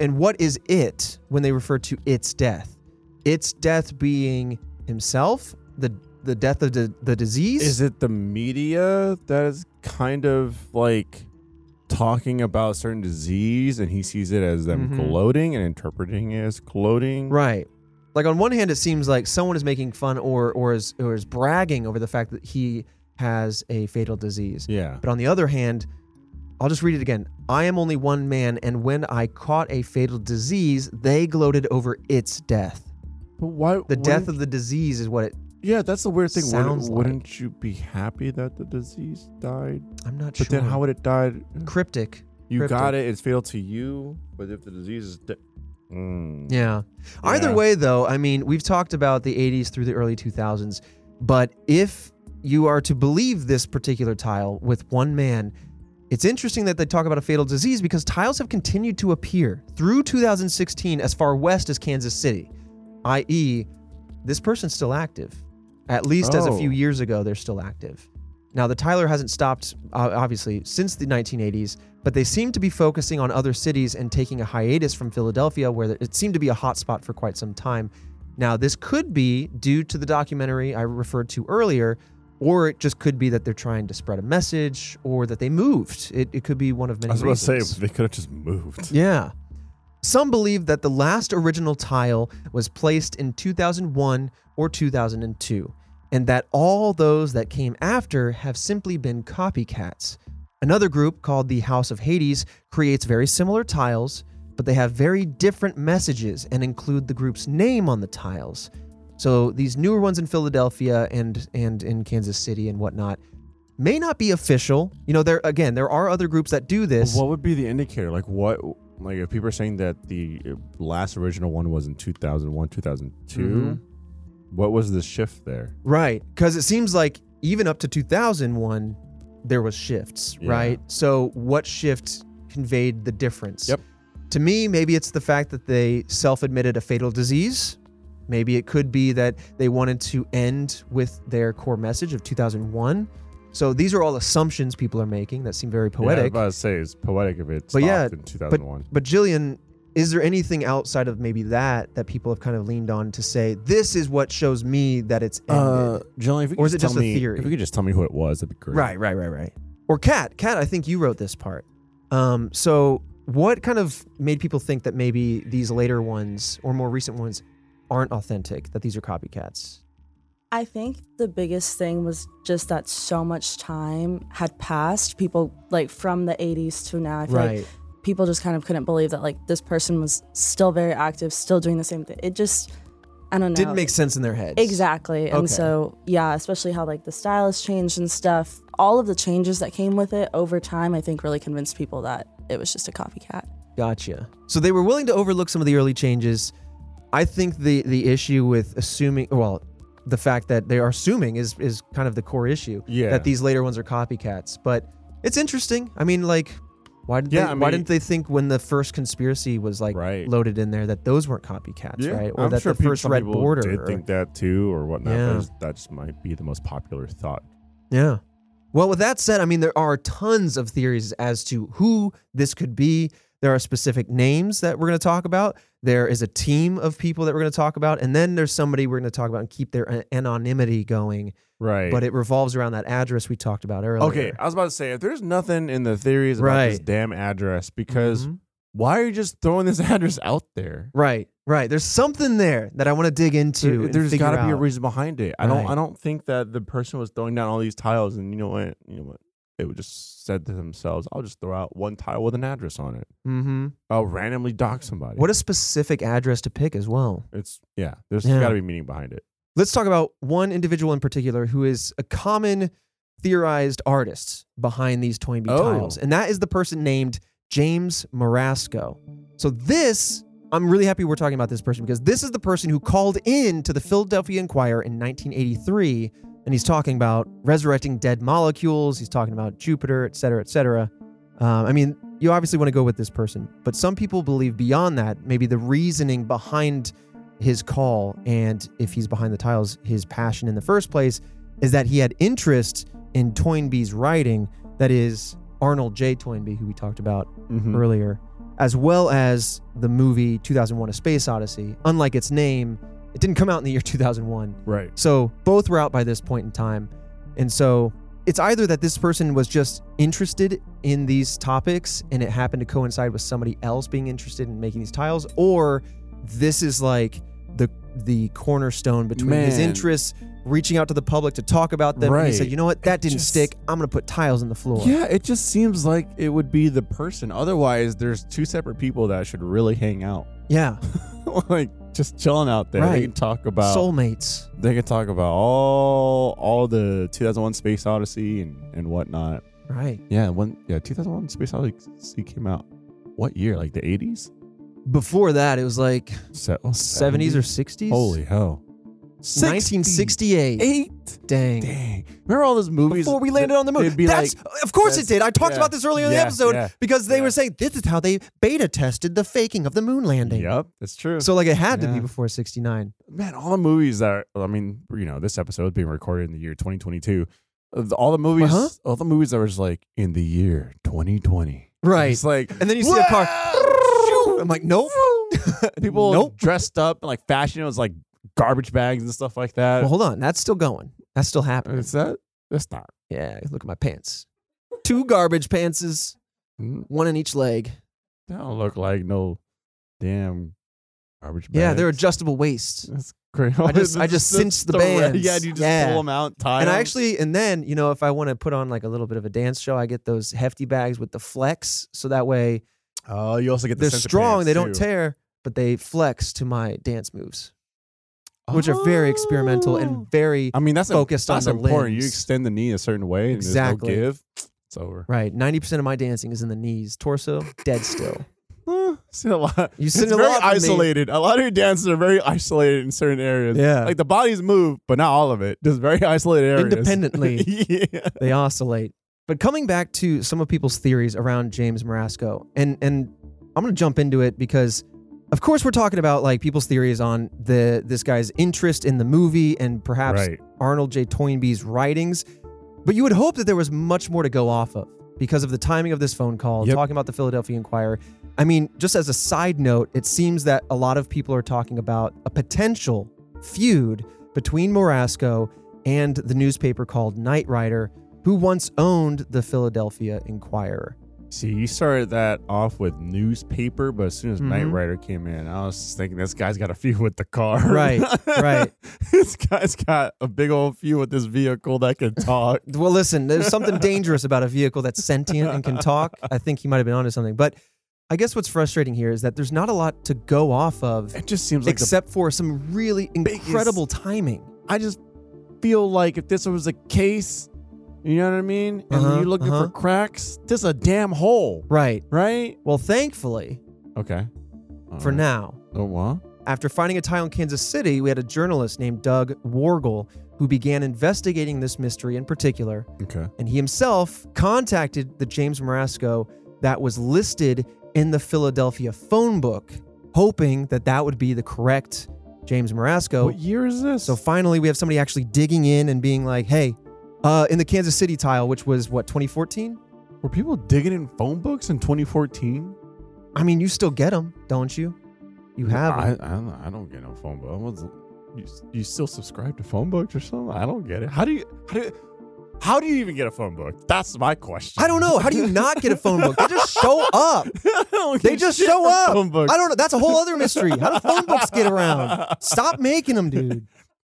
B: and what is it when they refer to its death? Its death being himself, the the death of the, the disease.
C: Is it the media that is kind of like talking about certain disease, and he sees it as them
B: Mhm.
C: gloating and interpreting it as gloating?
B: Right. Like on one hand, it seems like someone is making fun or or is or is bragging over the fact that he has a fatal disease.
C: Yeah.
B: But on the other hand, I'll just read it again. I am only one man, and when I caught a fatal disease, they gloated over its death.
C: But why?
B: The
C: wouldn't-
B: death of the disease is what it.
C: Yeah, that's the weird thing. Wouldn't,
B: Sounds like-
C: wouldn't you be happy that the disease died?
B: I'm not
C: But
B: sure.
C: then how would it died?
B: cryptic?
C: You
B: Cryptic.
C: got it. It's fatal to you. But if the disease is de- Mm.
B: Yeah. Either
C: Yeah.
B: way, though, I mean, we've talked about the 80s through the early 2000s, but if you are to believe this particular tile with one man, it's interesting that they talk about a fatal disease because tiles have continued to appear through 2016 as far west as Kansas City, i.e., E, this person's still active. At least as a
C: Oh.
B: few years ago, they're still active. Now, the Tyler hasn't stopped, uh, obviously, since the 1980s, but they seem to be focusing on other cities and taking a hiatus from Philadelphia, where it seemed to be a hotspot for quite some time. Now, this could be due to the documentary I referred to earlier, or it just could be that they're trying to spread a message or that they moved. It, it could be one of many
C: I was about to say
B: reasons.
C: they could have just moved.
B: Yeah. Some believe that the last original tile was placed in 2001 or 2002, and that all those that came after have simply been copycats. Another group called the House of Hades creates very similar tiles, but they have very different messages and include the group's name on the tiles. So these newer ones in Philadelphia and and in Kansas City and whatnot may not be official. You know, there again, there are other groups that do this.
C: What would be the indicator? Like what? Like if people are saying that the last original one was in 2001, 2002,
B: Mm-hmm.
C: what was the shift there?
B: Right. Because it seems like even up to 2001, there was shifts,
C: Yeah.
B: right? So what shift conveyed the difference?
C: Yep.
B: To me, maybe it's the fact that they self-admitted a fatal disease. Maybe it could be that they wanted to end with their core message of 2001. So these are all assumptions people are making that seem very
C: Yeah, I was
B: poetic.
C: about to say it's poetic if it
B: But
C: stopped
B: yeah,
C: in 2001.
B: But Jillian, is there anything outside of maybe that that people have kind of leaned on to say this is what shows me that it's ended?
C: Uh, John, if you could
B: Or is
C: just
B: it
C: tell
B: just a
C: me,
B: theory?
C: If you could just tell me who it was, that'd be great.
B: Right, right, right, right. Or Kat. Kat, I think you wrote this part. Um, so What kind of made people think that maybe these later ones or more recent ones aren't authentic, that these are copycats?
J: I think the biggest thing was just that so much time had passed. People like from the 80s to now, I feel like people just kind of couldn't believe that like this person was still very active, still doing the same thing. It just, I don't know.
B: Didn't make sense in their heads.
J: Exactly. And
B: Okay.
J: so, yeah, especially how like the style has changed and stuff. All of the changes that came with it over time, I think really convinced people that it was just a copycat.
B: Gotcha. So they were willing to overlook some of the early changes. I think the the issue with assuming, well, the fact that they are assuming is is kind of the core issue.
C: Yeah.
B: That these later ones are copycats, but it's interesting. I mean, like, why did
C: Yeah,
B: they, why
C: I mean-
B: didn't they think when the first conspiracy was like
C: Right.
B: loaded in there that those weren't copycats, right? Or
C: I'm
B: that
C: sure
B: the
C: peop-
B: first
C: some
B: red
C: people
B: border.
C: did
B: or-
C: think that too, or whatnot.
B: Yeah.
C: Yeah. That, is, that just might be the most popular thought.
B: Yeah. Well, with that said, I mean, there are tons of theories as to who this could be. There are specific names that we're going to talk about. There is a team of people that we're going to talk about. And then there's somebody we're going to talk about and keep their an- anonymity going.
C: Right.
B: But it revolves around that address we talked about earlier.
C: okay, uh I was about to say if there's nothing in the theories about this
B: Right.
C: damn address, because
B: Mhm.
C: why are you just throwing this address out there?
B: Right, right. There's something there that I want to dig into.
C: There,
B: and
C: has
B: figure
C: got to be a
B: out.
C: reason behind it. I don't.
B: Right.
C: I don't think that the person was throwing down all these tiles, and you know what? You know what? They would just said to themselves, "I'll just throw out one tile with an address on it.
B: Mhm.
C: I'll randomly dock somebody."
B: What a specific address to pick as well.
C: It's yeah. There's
B: Yeah.
C: got to be meaning behind it.
B: Let's talk about one individual in particular who is a common theorized artist behind these Toynbee
C: Oh.
B: tiles, and that is the person named James Marasco. So this, I'm really happy we're talking about this person because this is the person who called in to the Philadelphia Inquirer in 1983, and he's talking about resurrecting dead molecules. He's talking about Jupiter, et cetera, et cetera. Um, I mean, you obviously want to go with this person, but some people believe beyond that, maybe the reasoning behind his call and if he's behind the tiles, his passion in the first place is that he had interest in Toynbee's writing, that is Arnold J. Toynbee, who we talked about
C: Hmm.
B: earlier, as well as the movie 2001 A Space Odyssey. Unlike its name, it didn't come out in the year 2001.
C: Right.
B: So both were out by this point in time. And so it's either that this person was just interested in these topics and it happened to coincide with somebody else being interested in making these tiles, or this is like the the cornerstone between his
C: Man.
B: interests, reaching out to the public to talk about them. And he said,
C: Right.
B: you know what, that didn't
C: just-
B: stick. I'm gonna put tiles in the floor.
C: Yeah, it just seems like it would be the person. Otherwise, there's two separate people that should really hang out,
B: Yeah.
C: like just chilling out there.
B: Right.
C: They can talk about.
B: Soulmates.
C: they can talk about all all the 2001 Space Odyssey and and whatnot.
B: Right.
C: Yeah, when yeah 2001 Space Odyssey came out, what year? Like the 80s,
B: Before that, it was like
C: Se- oh,
B: 70s or 60s.
C: Holy hell,
B: 1968.
C: 68.
B: Dang.
C: Dang, remember all those movies
B: before we landed
C: that-
B: on the moon.
C: they'd be
B: That's
C: like-
B: of course it
C: that's-
B: did. I talked
C: yeah,
B: about this earlier in the
C: yeah,
B: episode
C: yeah,
B: because they
C: yeah.
B: were saying this is how they beta tested the faking of the moon landing.
C: Yep, that's true.
B: So like it had to be
C: Yeah.
B: before 69.
C: man, all the movies that are, I mean, you know, this episode being recorded in the year 2022. uh, the- All the movies,
B: Uh-huh.
C: all the movies that were just like in the year 2020.
B: Right.
C: It's like,
B: And then you see a car. Shoo! I'm like, nope.
C: people
B: Nope.
C: dressed up in like fashion. It was like garbage bags and stuff like that.
B: Well, hold on. That's still going. That's still happening.
C: Is that? That's not.
B: Yeah, look at my pants. Two garbage pantses,
C: That
B: one in each leg.
C: mm, don't look like no damn garbage bags.
B: Yeah, they're adjustable waists.
C: That's crazy.
B: I just- I just cinched the bands.
C: Yeah, you just
B: Yeah.
C: pull them out, tie
B: And I
C: 'em.
B: actually, and then, you know, if I want to put on like a little bit of a dance show, I get those hefty bags with the flex. So that way
C: Oh, you also get the
B: they're
C: sense of
B: strong,
C: pants,
B: they don't
C: too.
B: tear, but they flex to my dance moves. which are very experimental
C: Oh.
B: and very
C: I mean, that's
B: focused on
C: that's
B: the
C: important.
B: limbs.
C: You extend the knee a certain way, and
B: Exactly.
C: there's no give. It's over.
B: right. Ninety percent of my dancing is in the knees, torso dead still.
C: Huh, see a lot.
B: You
C: It's
B: seen a
C: very
B: lot from me.
C: isolated. A lot of your dances are very isolated in certain areas.
B: Yeah.
C: like the bodies move, but not all of it. Just very isolated areas.
B: Independently.
C: yeah.
B: They oscillate. But coming back to some of people's theories around James Marasco, and and I'm gonna jump into it because of course we're talking about like people's theories on the this guy's interest in the movie and perhaps
C: Right.
B: Arnold J. Toynbee's writings. But you would hope that there was much more to go off of because of the timing of this phone call,
C: Yep.
B: talking about the Philadelphia Inquirer. I mean, just as a side note, it seems that a lot of people are talking about a potential feud between Morasco and the newspaper called Knight Rider, who once owned the Philadelphia Inquirer.
C: See, you started that off with newspaper, but as soon as Knight
B: Mhm.
C: Rider came in, I was thinking this guy's got a few with the car.
B: Right, right.
C: this guy's got a big old few with this vehicle that can talk.
B: Well, listen, there's something dangerous about a vehicle that's sentient and can talk. I think he might have been onto something. But I guess what's frustrating here is that there's not a lot to go off of
C: It just seems like the
B: except for some really
C: biggest-
B: incredible timing.
C: I just feel like if this was a case, you know what I mean? And
B: Uh-huh,
C: you're looking
B: uh-huh.
C: for cracks, this a damn hole,
B: Right.
C: right?
B: Well, thankfully,
C: Okay.
B: for
C: Alright.
B: now,
C: Oh, what?
B: After finding a tile in Kansas City, we had a journalist named Doug Wargle who began investigating this mystery in particular,
C: Okay.
B: and he himself contacted the James Marasco that was listed in the Philadelphia phone book, hoping that that would be the correct James Marasco.
C: What year is this?
B: So finally, we have somebody actually digging in and being like, "Hey, uh, in the Kansas City tile, which was what 2014?
C: Were people digging in phone books in 2014?
B: I mean, you still get them, don't you? You have 'em.
C: I, I, don't, I don't get no phone book. I was- you, you still subscribe to phone books or something? I don't get it. How do you how do you, how do you even get a phone book? That's my question.
B: I don't know. How do you not get a phone book? They just show up.
C: I don't
B: They
C: get
B: just
C: shit
B: show
C: from
B: up.
C: phone books.
B: I don't know. That's a whole other mystery. How do phone books get around? Stop making them, dude.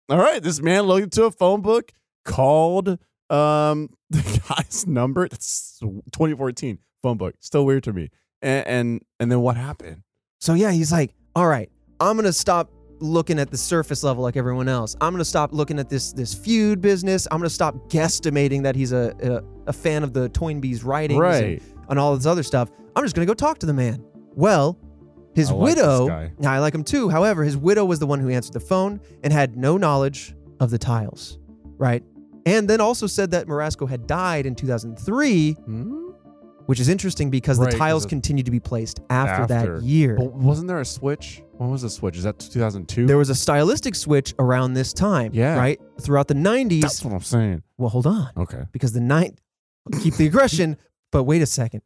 C: All right, this man looked into a phone book, called um the guy's number. That's 2014 phone book. Still weird to me. And and, and then what happened?
B: So yeah, he's like, all right, I'm gonna stop looking at the surface level like everyone else. I'm gonna stop looking at this this feud business. I'm gonna stop guesstimating that he's a a, a fan of the Toynbee's writings
C: Right.
B: and, and all this other stuff. I'm just gonna go talk to the man. Well, his
C: I like this
B: widow.
C: guy.
B: Now I like him too. However, his widow was the one who answered the phone and had no knowledge of the tiles, right? And then also said that Marasco had died in 2003,
C: Hmm?
B: which is interesting because
C: Right,
B: the
C: 'cause
B: tiles
C: it-
B: continued to be placed after,
C: After.
B: that year.
C: But wasn't there a switch? When was the switch? Is that 2002?
B: There was a stylistic switch around this time,
C: Yeah.
B: right? Throughout the 90s.
C: That's what I'm saying.
B: well, hold on,
C: Okay.
B: because the ninth keep the aggression, but wait a second.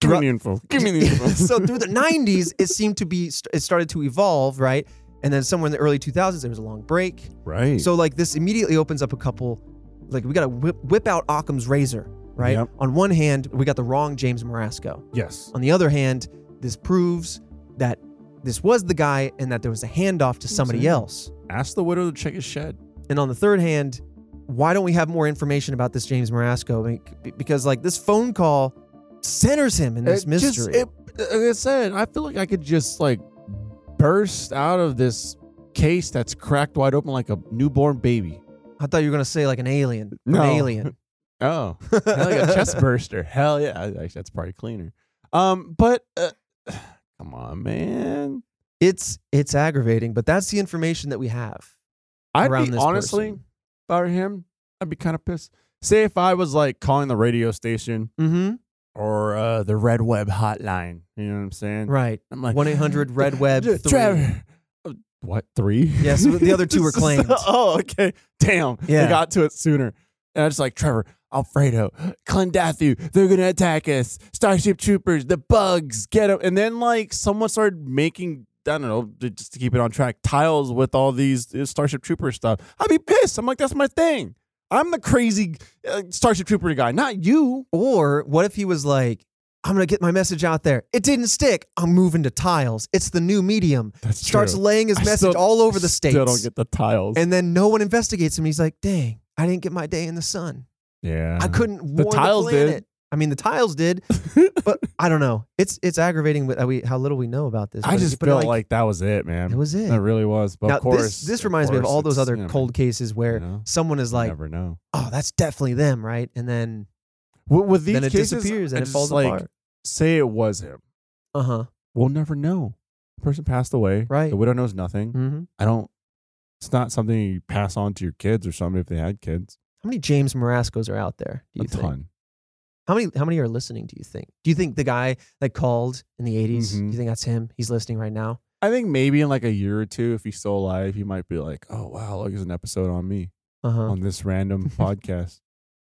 C: Give me the info. Give me the info.
B: so through the 90s, it seemed to be it started to evolve, right? And then somewhere in the early 2000s, there was a long break.
C: right.
B: So like this immediately opens up a couple, like we got to whip, whip out Occam's razor, right?
C: Yep.
B: On one hand, we got the wrong James Marasco.
C: yes.
B: On the other hand, this proves that this was the guy and that there was a handoff to somebody
C: saying.
B: else.
C: Ask the widow to check his shed.
B: And on the third hand, why don't we have more information about this James Marasco? I mean, c- Because like this phone call centers him in this
C: It just-
B: mystery.
C: it- like I said, I feel like I could just like burst out of this case that's cracked wide open like a newborn baby.
B: I thought you were gonna say like an alien,
C: No.
B: an alien.
C: Oh, like a chest burster. Hell yeah, I- I- that's probably cleaner. Um, but uh, come on, man.
B: It's it's aggravating, but that's the information that we have.
C: I'd
B: around
C: be
B: this
C: honestly,
B: person.
C: if I were him, I'd be kind of pissed. Say if I was like calling the radio station
B: Mm-hmm.
C: or uh, the Red Web hotline. You know what I'm saying?
B: Right.
C: I'm like
B: 1-800 Red Web
C: Tre-
B: 3.
C: Trevor. Uh, What three?
B: Yes, the other two were claimed.
C: oh, okay. Damn.
B: Yeah.
C: They got to it sooner. And I was like, Trevor, Alfredo, Clendathu, they're gonna attack us. Starship Troopers, the bugs, get them. And then like someone started making. I don't know, j- just to keep it on track, tiles with all these uh, Starship Trooper stuff. I'd be pissed. I'm like, that's my thing. I'm the crazy uh, Starship Trooper guy, not you.
B: Or what if he was like, I'm gonna get my message out there. It didn't stick. I'm moving to tiles. It's the new medium.
C: That's
B: Starts laying his
C: I
B: message
C: still-
B: all over the states.
C: Still don't get the tiles.
B: and then no one investigates him. He's like, dang, I didn't get my day in the sun.
C: yeah,
B: I couldn't warn
C: The tiles did.
B: planet. I mean, the tiles did, but I don't know. It's it's aggravating with how, we, how little we know about this.
C: I
B: but-
C: just
B: but
C: felt like, that was it, man.
B: it was it.
C: That really was. But
B: now,
C: of course,
B: this, this
C: of
B: reminds me of
C: course,
B: all those
C: it's,
B: other
C: you know,
B: cold cases where
C: you know,
B: someone is
C: you
B: like,
C: never know.
B: "Oh, that's definitely them," right? And then
C: With, with these
B: then it
C: cases,
B: disappears
C: I
B: and it
C: just,
B: falls
C: like,
B: apart.
C: Say it was him.
B: Uh huh.
C: We'll never know. The person passed away.
B: Right.
C: The widow knows nothing.
B: hmm
C: I don't. It's not something you pass on to your kids or something if they had kids.
B: How many James Marascos are out there? Do
C: A
B: you think?
C: ton.
B: How many? How many are listening? Do you think? Do you think the guy that called in the 80s
C: Mhm.
B: Do you think that's him? He's listening right now.
C: I think maybe in like a year or two, if he's still alive, he might be like, "Oh wow, look, there's an episode on me
B: Uh huh.
C: on this random podcast."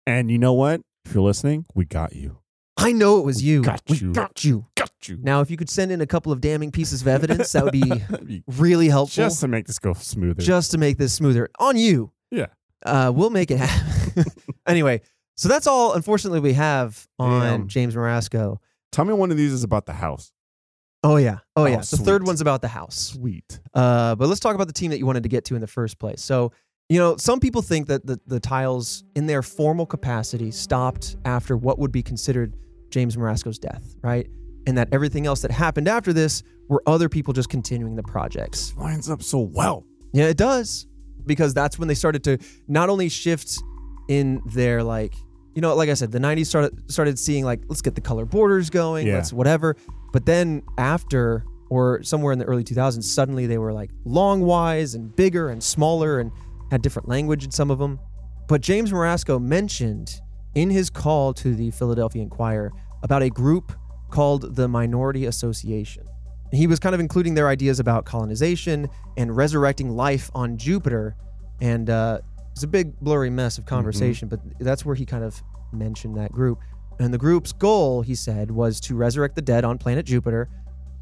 C: And you know what? If you're listening, we got you.
B: I know it was you.
C: got
B: We
C: you.
B: got you.
C: Got you.
B: Now, if you could send in a couple of damning pieces of evidence, that would be
C: That'd be
B: really helpful.
C: just to make this go smoother.
B: just to make this smoother on you.
C: Yeah.
B: Uh, we'll make it happen. anyway, so that's all, unfortunately, we have on
C: Damn.
B: James Marasco.
C: Tell me one of these is about the house.
B: Oh yeah. Oh,
C: Oh,
B: yeah. The third
C: sweet.
B: one's about the house.
C: Sweet.
B: Uh, but let's talk about the team that you wanted to get to in the first place. So, you know, some people think that the, the tiles, in their formal capacity, stopped after what would be considered James Marasco's death, right? And that everything else that happened after this were other people just continuing the projects.
C: Lines up so well.
B: Yeah, it does. Because that's when they started to not only shift in their like you know, like I said, the nineties started started seeing like, let's get the color borders going,
C: Yeah.
B: let's whatever. But then after or somewhere in the early two thousands, suddenly they were like long wise and bigger and smaller and had different language in some of them. But James Marasco mentioned in his call to the Philadelphia Inquirer about a group called the Minority Association. He was kind of including their ideas about colonization and resurrecting life on Jupiter. And uh, it's a big, blurry mess of conversation, but that's where he kind of mentioned that group. And the group's goal, he said, was to resurrect the dead on planet Jupiter.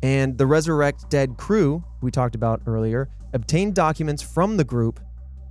B: And the Resurrect Dead crew, we talked about earlier, obtained documents from the group,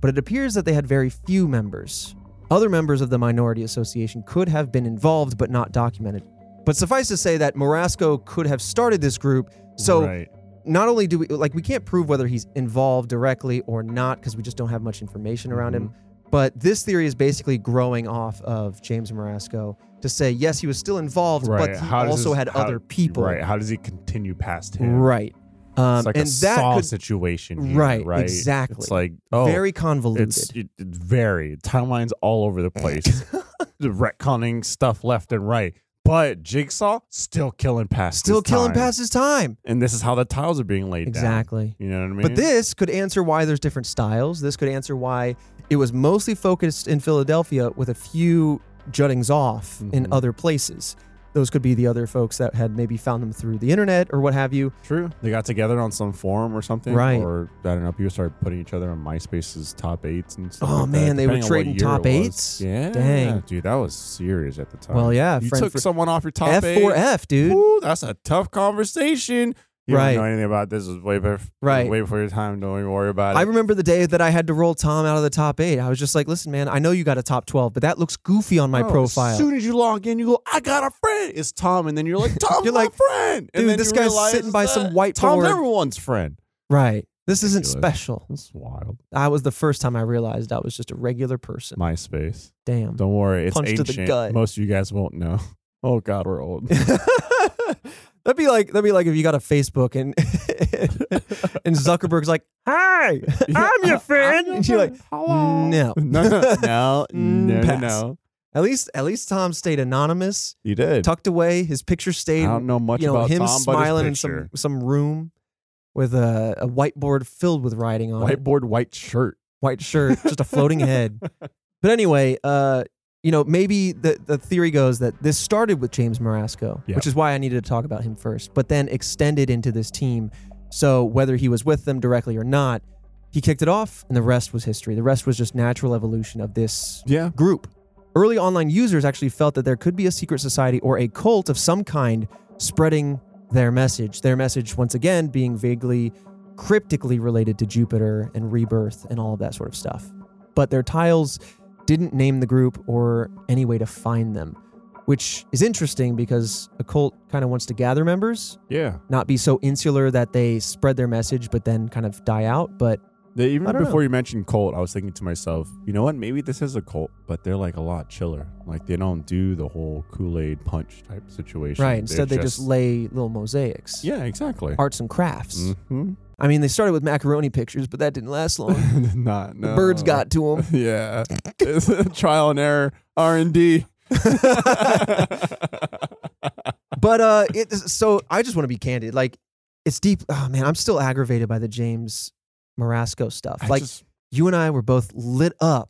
B: but it appears that they had very few members. Other members of the Minority Association could have been involved, but not documented. But suffice to say that Morasco could have started this group. So
C: right.
B: not only do we like we can't prove whether he's involved directly or not because we just don't have much information around him
C: Mm-hmm.
B: but this theory is basically growing off of james marasco to say yes he was still involved
C: Right.
B: but he
C: How does
B: also
C: this-
B: had
C: how-
B: other people
C: Right. How does he continue past him?
B: right um,
C: It's like
B: and
C: a
B: that
C: saw
B: could
C: situation. here,
B: Right,
C: Right.
B: exactly.
C: It's like oh,
B: very convoluted
C: It's it, it's very timelines all over the place, the retconning stuff left and right. But Jigsaw still killing past,
B: still
C: his
B: killing
C: time.
B: past his time
C: and this is how the tiles are being laid
B: exactly
C: down. You know what I mean?
B: But this could answer why there's different styles. This could answer why it was mostly focused in Philadelphia with a few juttings off
C: Mm-hmm.
B: in other places. Those could be the other folks that had maybe found them through the internet or what have you.
C: true. They got together on some forum or something,
B: Right.
C: Or I don't know. People started putting each other on MySpace's top eights and stuff.
B: Oh,
C: like
B: man,
C: that,
B: they were
C: depending on what
B: trading
C: year
B: top
C: it was.
B: eights?
C: Yeah,
B: Dang.
C: dude, that was serious at the time.
B: Well, yeah,
C: you
B: friend
C: took
B: for-
C: someone off your top eight.
B: F4F, dude.
C: Ooh, that's a tough conversation. You
B: Right.
C: don't know anything about this. It was way before,
B: Right.
C: way before your time. Don't even worry about it.
B: I remember the day that I had to roll Tom out of the top eight. I was just like, listen, man, I know you got a top 12, but that looks goofy on my
C: Bro,
B: profile.
C: As Oh, soon as you log in, you go, "I got a friend." It's Tom, and then you're like, "Tom's
B: You're
C: my
B: like,
C: friend."
B: dude,
C: and then
B: this
C: you
B: guy's
C: realize
B: sitting by some
C: that
B: whiteboard.
C: Tom's everyone's friend.
B: right. This isn't
C: Ridiculous.
B: special.
C: That's wild.
B: That was the first time I realized I was just a regular person.
C: MySpace.
B: Damn.
C: Don't worry, it's
B: Punch to the
C: ancient.
B: gut.
C: Most of you guys won't know. Oh God, we're old.
B: that'd be like that'd be like if you got a Facebook and and Zuckerberg's like, "Hi, I'm your friend," and you're like, "No." Mm,
C: no, no, no, no, no,
B: Pass.
C: no.
B: At least at least Tom stayed anonymous,
C: You did.
B: tucked away. His picture
C: I
B: stayed.
C: don't know much
B: you know
C: about
B: him
C: Tom,
B: smiling
C: but
B: in
C: his picture.
B: some some room with a, a whiteboard filled with writing
C: Uh,
B: on it.
C: whiteboard, white shirt.
B: white shirt, just a floating head. But anyway, uh, you know, maybe the, the theory goes that this started with James Marasco,
C: Yeah.
B: which is why I needed to talk about him first, but then extended into this team. So whether he was with them directly or not, he kicked it off, and the rest was history. The rest was just natural evolution of this
C: Yeah.
B: group. Early online users actually felt that there could be a secret society or a cult of some kind spreading their message. Their message, once again, being vaguely, cryptically related to Jupiter and rebirth and all of that sort of stuff. But their tiles didn't name the group or any way to find them, which is interesting because a cult kind of wants to gather members,
C: Yeah.
B: not be so insular that they spread their message but then kind of die out. But
C: They,
B: I
C: even
B: don't
C: before you mentioned cult, I was thinking to myself, you know what? Maybe this is a cult, but they're like a lot chiller. Like they don't do the whole Kool Aid punch type situation.
B: right,
C: They're
B: instead they just lay little mosaics,
C: yeah, exactly.
B: arts and crafts.
C: Mhm.
B: I mean, they started with macaroni pictures, but that didn't last long.
C: Not
B: The
C: no.
B: birds got to them.
C: yeah. Trial and error, R and D.
B: But uh, it, so I just want to be candid. Like, it's deep. Oh man, I'm still aggravated by the James Marasco stuff. like, you and I were both lit up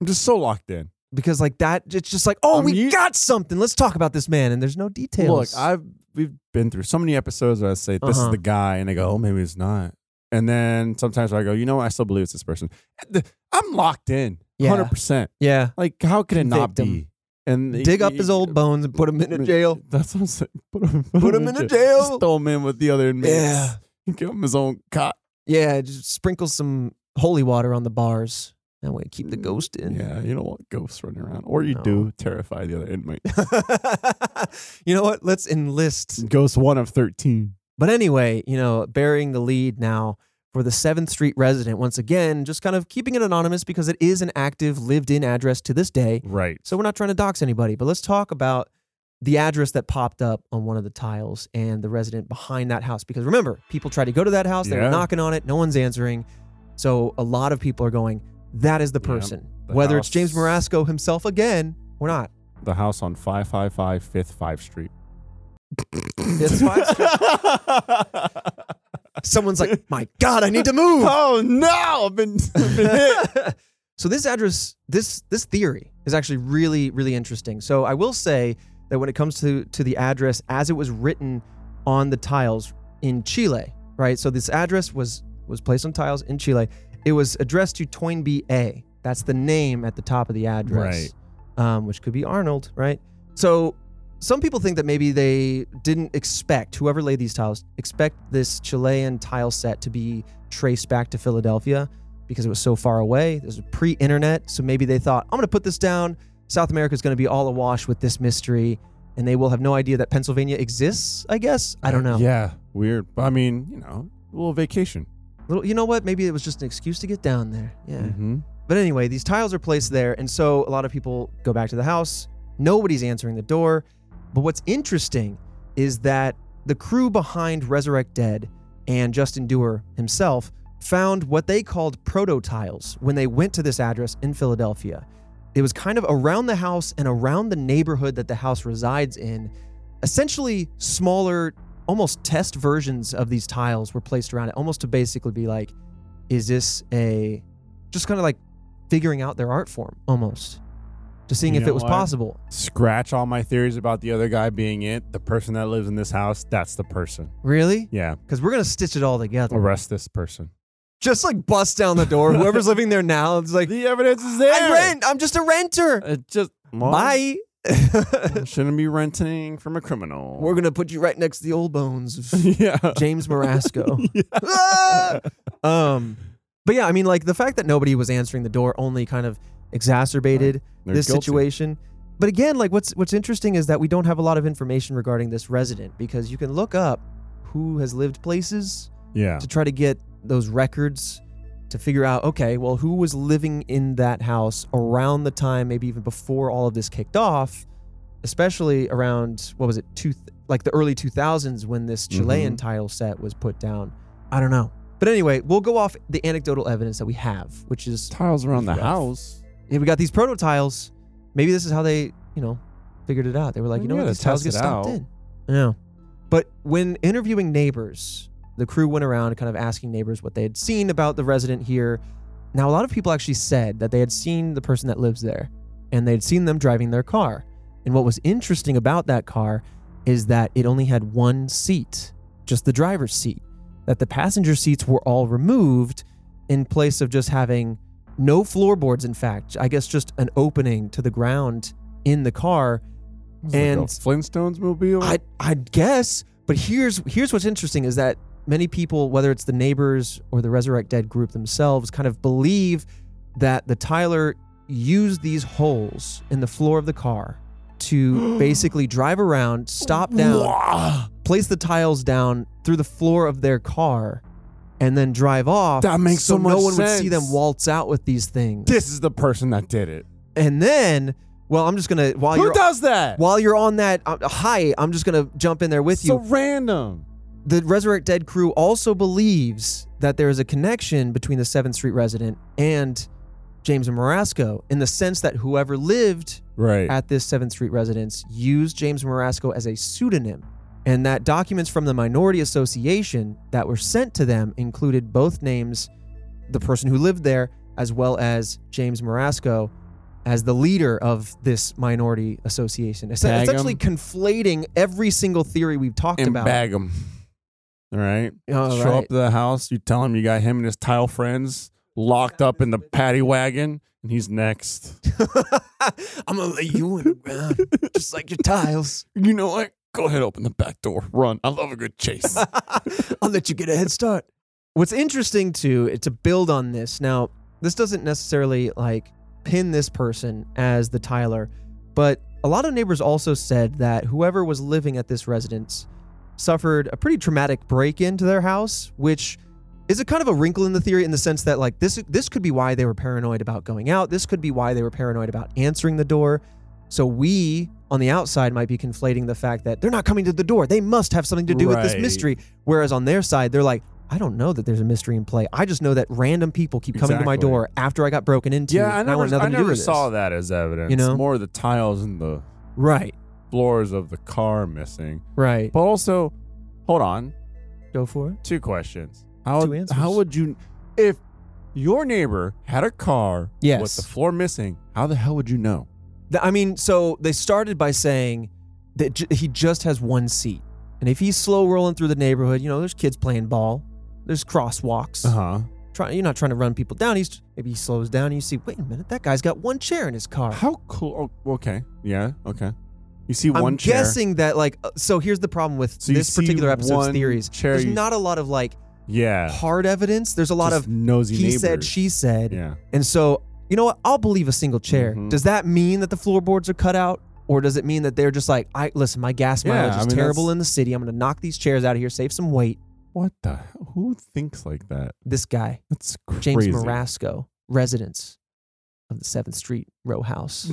C: I'm just so locked in.
B: because like that. It's just like, oh,
C: I'm
B: we
C: u-
B: got something. Let's talk about this man. And there's no details.
C: Look, I've we've been through so many episodes where I say this
B: Uh-huh.
C: is the guy, and I go, oh, maybe it's not. And then sometimes I go, you know, what? I still believe it's this person. The- I'm locked in,
B: Yeah.
C: hundred percent.
B: yeah,
C: Like, how could it not
B: Convict him.
C: be? And
B: dig up his old bones and put him in a jail.
C: That's what I'm saying. Put him,
B: Put him in a jail.
C: Just throw him in with the other inmates.
B: Yeah.
C: give him his own cot.
B: Yeah, just sprinkle some holy water on the bars. That way, keep the ghost in.
C: Mm, Yeah, you don't want ghosts running around, or you
B: No.
C: do terrify the other inmate.
B: you know what? Let's enlist.
C: Ghost one of thirteen.
B: But anyway, you know, burying the lead now for the 7th Street resident, once again, just kind of keeping it anonymous because it is an active lived in address to this day.
C: Right.
B: So we're not trying to dox anybody, but let's talk about the address that popped up on one of the tiles and the resident behind that house. Because remember, people tried to go to that house, they were
C: Yeah.
B: knocking on it, no one's answering. So a lot of people are going, that is the
C: Yeah,
B: person.
C: the
B: Whether it's James
C: house.
B: Morasco himself again or not.
C: The house on five five five Fifth Five Street.
B: It's fine. Someone's like, my God, I need to move.
C: Oh no! I've been, I've been hit.
B: so this address, this this theory is actually really really interesting. So I will say that when it comes to to the address as it was written on the tiles in Chile, right? So this address was was placed on tiles in Chile. It was addressed to Toynbee A. That's the name at the top of the address, um, which could be Arnold, right? So some people think that maybe they didn't expect whoever laid these tiles expect this Chilean tile set to be traced back to Philadelphia because it was so far away. This was pre-internet, so maybe they thought, "I'm going to put this down. South America is going to be all awash with this mystery, and they will have no idea that Pennsylvania exists." I guess I don't know.
C: Yeah, weird. But I mean, you know, a little vacation.
B: Little, you know what? Maybe it was just an excuse to get down there. Yeah.
C: Mm-hmm.
B: But anyway, these tiles are placed there, and so a lot of people go back to the house. Nobody's answering the door. But what's interesting is that the crew behind Resurrect Dead and Justin Dewar himself found what they called prototiles when they went to this address in Philadelphia. It was kind of around the house and around the neighborhood that the house resides in. Essentially, smaller, almost test versions of these tiles were placed around it, almost to basically be like, is this a just kind of like figuring out their art form almost? Just seeing
C: You
B: if
C: know
B: it was
C: what?
B: possible.
C: Scratch all my theories about the other guy being it. The person that lives in this house, that's the person.
B: Really?
C: Yeah,
B: Because we're going to stitch it all together.
C: arrest this person.
B: Just like bust down the door. Whoever's living there now, it's like,
C: The evidence is there.
B: I rent. I'm just a renter.
C: It just
B: Bye.
C: shouldn't be renting from a criminal.
B: we're going to put you right next to the old bones of
C: yeah.
B: James Morasco. Ah! um, but yeah, I mean, like the fact that nobody was answering the door only kind of exacerbated
C: They're
B: this
C: guilty.
B: situation. But again, like what's what's interesting is that we don't have a lot of information regarding this resident because you can look up who has lived places
C: Yeah.
B: to try to get those records to figure out okay, well, who was living in that house around the time, maybe even before all of this kicked off, especially around what was it, two like the early 2000s when this Chilean tile set was put down. I don't know. But anyway, we'll go off the anecdotal evidence that we have, which is
C: Tiles around the
B: Yeah.
C: house.
B: yeah, we got these prototiles. Maybe this is how they, you know, figured it out. They were like,
C: Well,
B: you know
C: we
B: what,
C: gotta
B: these tiles get
C: test it
B: stopped
C: out.
B: in. Yeah. But when interviewing neighbors, the crew went around kind of asking neighbors what they had seen about the resident here. Now, a lot of people actually said that they had seen the person that lives there and they'd seen them driving their car. And what was interesting about that car is that it only had one seat, just the driver's seat, that the passenger seats were all removed in place of just having no floorboards, in fact. I guess just an opening to the ground in the car.
C: It's like a
B: And-
C: Flintstones mobile.
B: I I guess, but here's here's what's interesting is that many people, whether it's the neighbors or the Resurrect Dead group themselves, kind of believe that the Tyler used these holes in the floor of the car to basically drive around, stop down,
C: Wah!
B: place the tiles down through the floor of their car, and then drive off.
C: That makes so
B: no
C: much
B: one would see them
C: sense.
B: waltz out with these things.
C: This is the person that did it.
B: and then, well, I'm just gonna while
C: Who
B: you're
C: does that?
B: while you're on that uh, high, I'm just gonna jump in there with you
C: so random.
B: the Resurrect Dead crew also believes that there is a connection between the 7th Street resident and James Morasco in the sense that whoever lived
C: Right.
B: at this 7th Street residence used James Morasco as a pseudonym. And that documents from the Minority Association that were sent to them included both names, the person who lived there, as well as James Morasco as the leader of this minority association. Essen-
C: Tag 'em.
B: Essentially conflating every single theory we've talked
C: and
B: about.
C: bag him. All right.
B: All
C: Show
B: right.
C: up to the house. You tell him you got him and his tile friends locked up in the paddy wagon, and he's next.
B: I'm gonna lay you in the ground, just like your tiles.
C: You know what? Go ahead, open the back door. Run. I love a good chase.
B: I'll let you get a head start. What's interesting too, to build on this now, this doesn't necessarily like pin this person as the Tyler, but a lot of neighbors also said that whoever was living at this residence suffered a pretty traumatic break into their house, which is a kind of a wrinkle in the theory in the sense that like this this could be why they were paranoid about going out. This could be why they were paranoid about answering the door. So we on the outside might be conflating the fact that they're not coming to the door. They must have something to do with this
C: Right.
B: mystery. Whereas on their side, they're like, I don't know that there's a mystery in play. I just know that random people keep coming to my
C: Exactly.
B: door after I got broken into.
C: Yeah, I
B: and I
C: never,
B: want nothing
C: I
B: to do
C: never
B: with
C: saw
B: this.
C: that as evidence.
B: You know?
C: more the tiles and the
B: Right,
C: floors of the car missing.
B: right.
C: But also, hold on,
B: Go for it.
C: two questions. How
B: Two answers.
C: how would you if your neighbor had a car with
B: Yes.
C: the floor missing? How the hell would you know?
B: Th- I mean, so they started by saying that j- he just has one seat. And if he's slow rolling through the neighborhood, you know, there's kids playing ball, there's crosswalks.
C: huh.
B: Try, you're not trying to run people down. He's maybe he slows down and you see, wait a minute, that guy's got one chair in his car.
C: How cool? Oh, okay. Yeah. Okay. You see
B: I'm
C: one chair.
B: guessing that like uh, so here's the problem with
C: So you
B: this
C: see
B: particular episode's
C: one
B: theories.
C: chair,
B: There's
C: you-
B: not a lot of like
C: Yeah.
B: hard evidence. There's a lot
C: Just
B: of
C: nosy
B: he
C: neighbors.
B: said, she said.
C: Yeah.
B: And so, you know what? I'll believe a single chair.
C: Mhm.
B: Does that mean that the floorboards are cut out? Or does it mean that they're just like, I listen, my gas
C: Yeah,
B: mileage
C: I
B: is
C: mean,
B: terrible
C: that's-
B: in the city. I'm gonna knock these chairs out of here, save some weight.
C: What the? hell? Who thinks like that?
B: This guy,
C: That's crazy.
B: James Marasco, residence of the Seventh Street row house.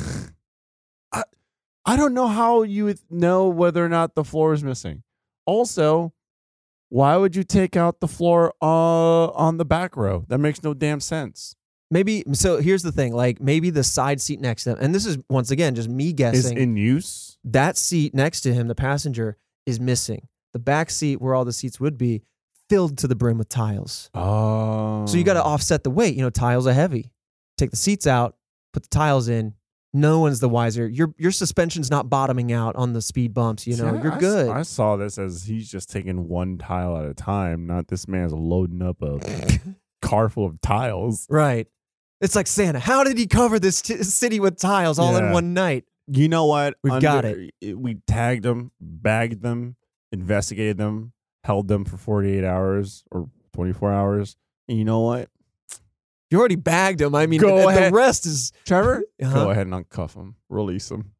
C: I, I don't know how you would know whether or not the floor is missing. Also, why would you take out the floor uh, on the back row? That makes no damn sense.
B: Maybe so here's the thing, like maybe the side seat next to him, and this is once again just me
C: Is
B: guessing.
C: in use?
B: that seat next to him, the passenger, is missing. The back seat where all the seats would be, filled to the brim with tiles.
C: Oh.
B: So you got to offset the weight. You know, tiles are heavy. Take the seats out, put the tiles in. No one's the wiser. Your your suspension's not bottoming out on the speed bumps. You know,
C: See, I-
B: you're
C: I s-
B: good.
C: I saw this as he's just taking one tile at a time. Not this man's loading up a car full of tiles.
B: right. It's like Santa. How did he cover this t- city with tiles all in
C: Yeah.
B: one night?
C: You know what?
B: We've got
C: it. We tagged them, bagged them, investigated them, held them for 48 hours or 24 hours. And you know what?
B: You already bagged him. I mean,
C: Go
B: th- the,
C: ahead.
B: rest is
C: Trevor,
B: Uh-huh.
C: go ahead and uncuff them, release them.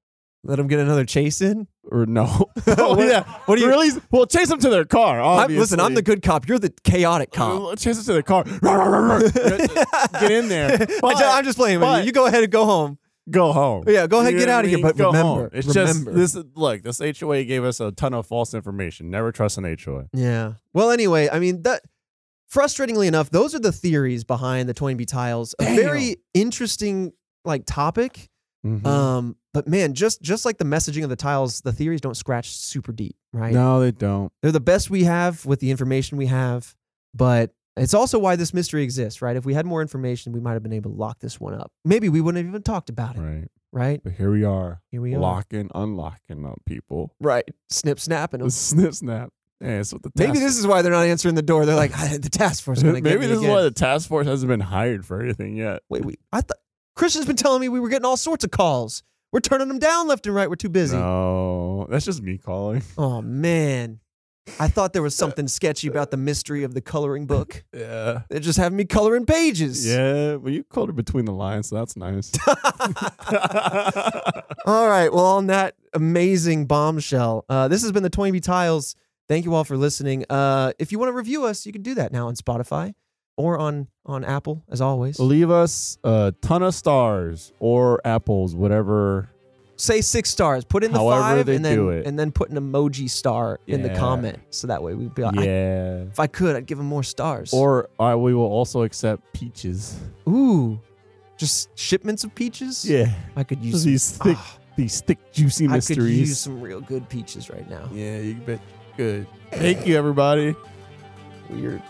B: let him get another chase in.
C: Or no. oh, yeah.
B: What do you?
C: Release. Well, chase them to their car.
B: I'm, listen, I'm the
C: obviously.
B: good cop. You're the chaotic cop.
C: Uh, Chase them to their car. Get in there.
B: I
C: But-
B: ju- I'm just playing with you.
C: but-
B: You go ahead and go home.
C: go home.
B: Yeah, go ahead,
C: You
B: get
C: know what
B: out of
C: I
B: here,
C: mean?
B: but
C: Go
B: remember,
C: home. It's
B: remember.
C: just this. Look, this HOA gave us a ton of false information. Never trust an HOA.
B: Yeah. Well, anyway, I mean that. Frustratingly enough, those are the theories behind the Toynbee tiles. A very interesting like topic.
C: Mm-hmm.
B: Um, but man, just just like the messaging of the tiles, the theories don't scratch super deep, right?
C: no, they don't.
B: They're the best we have with the information we have, but it's also why this mystery exists, right? If we had more information, we might have been able to lock this one up. Maybe we wouldn't have even talked about it, right?
C: Right, but here we are,
B: Here we are.
C: locking, unlocking on people.
B: Right. Snip snapping
C: The
B: them.
C: snip snap. Yeah, it's what the
B: Maybe
C: task-
B: this is why they're not answering the door. They're like, "Ah, the task force is gonna get
C: Maybe
B: me
C: this is
B: again."
C: why the task force hasn't been hired for anything yet.
B: Wait, wait. I thought Christian's been telling me we were getting all sorts of calls. We're turning them down left and right. We're too busy.
C: No, that's just me calling.
B: Oh man. I thought there was something sketchy about the mystery of the coloring book.
C: Yeah.
B: They're just having me coloring pages.
C: Yeah, well, you called it between the lines, so that's nice.
B: All right. Well, on that amazing bombshell, uh, this has been the Toynbee Tiles. Thank you all for listening. Uh, if you want to review us, you can do that now on Spotify or on on Apple, as always.
C: Leave us a ton of stars or apples, whatever
B: say six stars. Put in the
C: However
B: five,
C: they
B: and then
C: do it.
B: and then put an emoji star in the
C: Yeah.
B: comment, so that way we'd be. like, I-
C: Yeah.
B: if I could, I'd give him more stars.
C: Or uh, we will also accept peaches.
B: ooh, just shipments of peaches.
C: Yeah.
B: I could use
C: Just
B: some,
C: these thick,
B: ah,
C: these thick, juicy
B: I could use
C: mysteries.
B: some real good peaches right now.
C: Yeah, you bet. Good. Thank you, everybody.
B: Weird.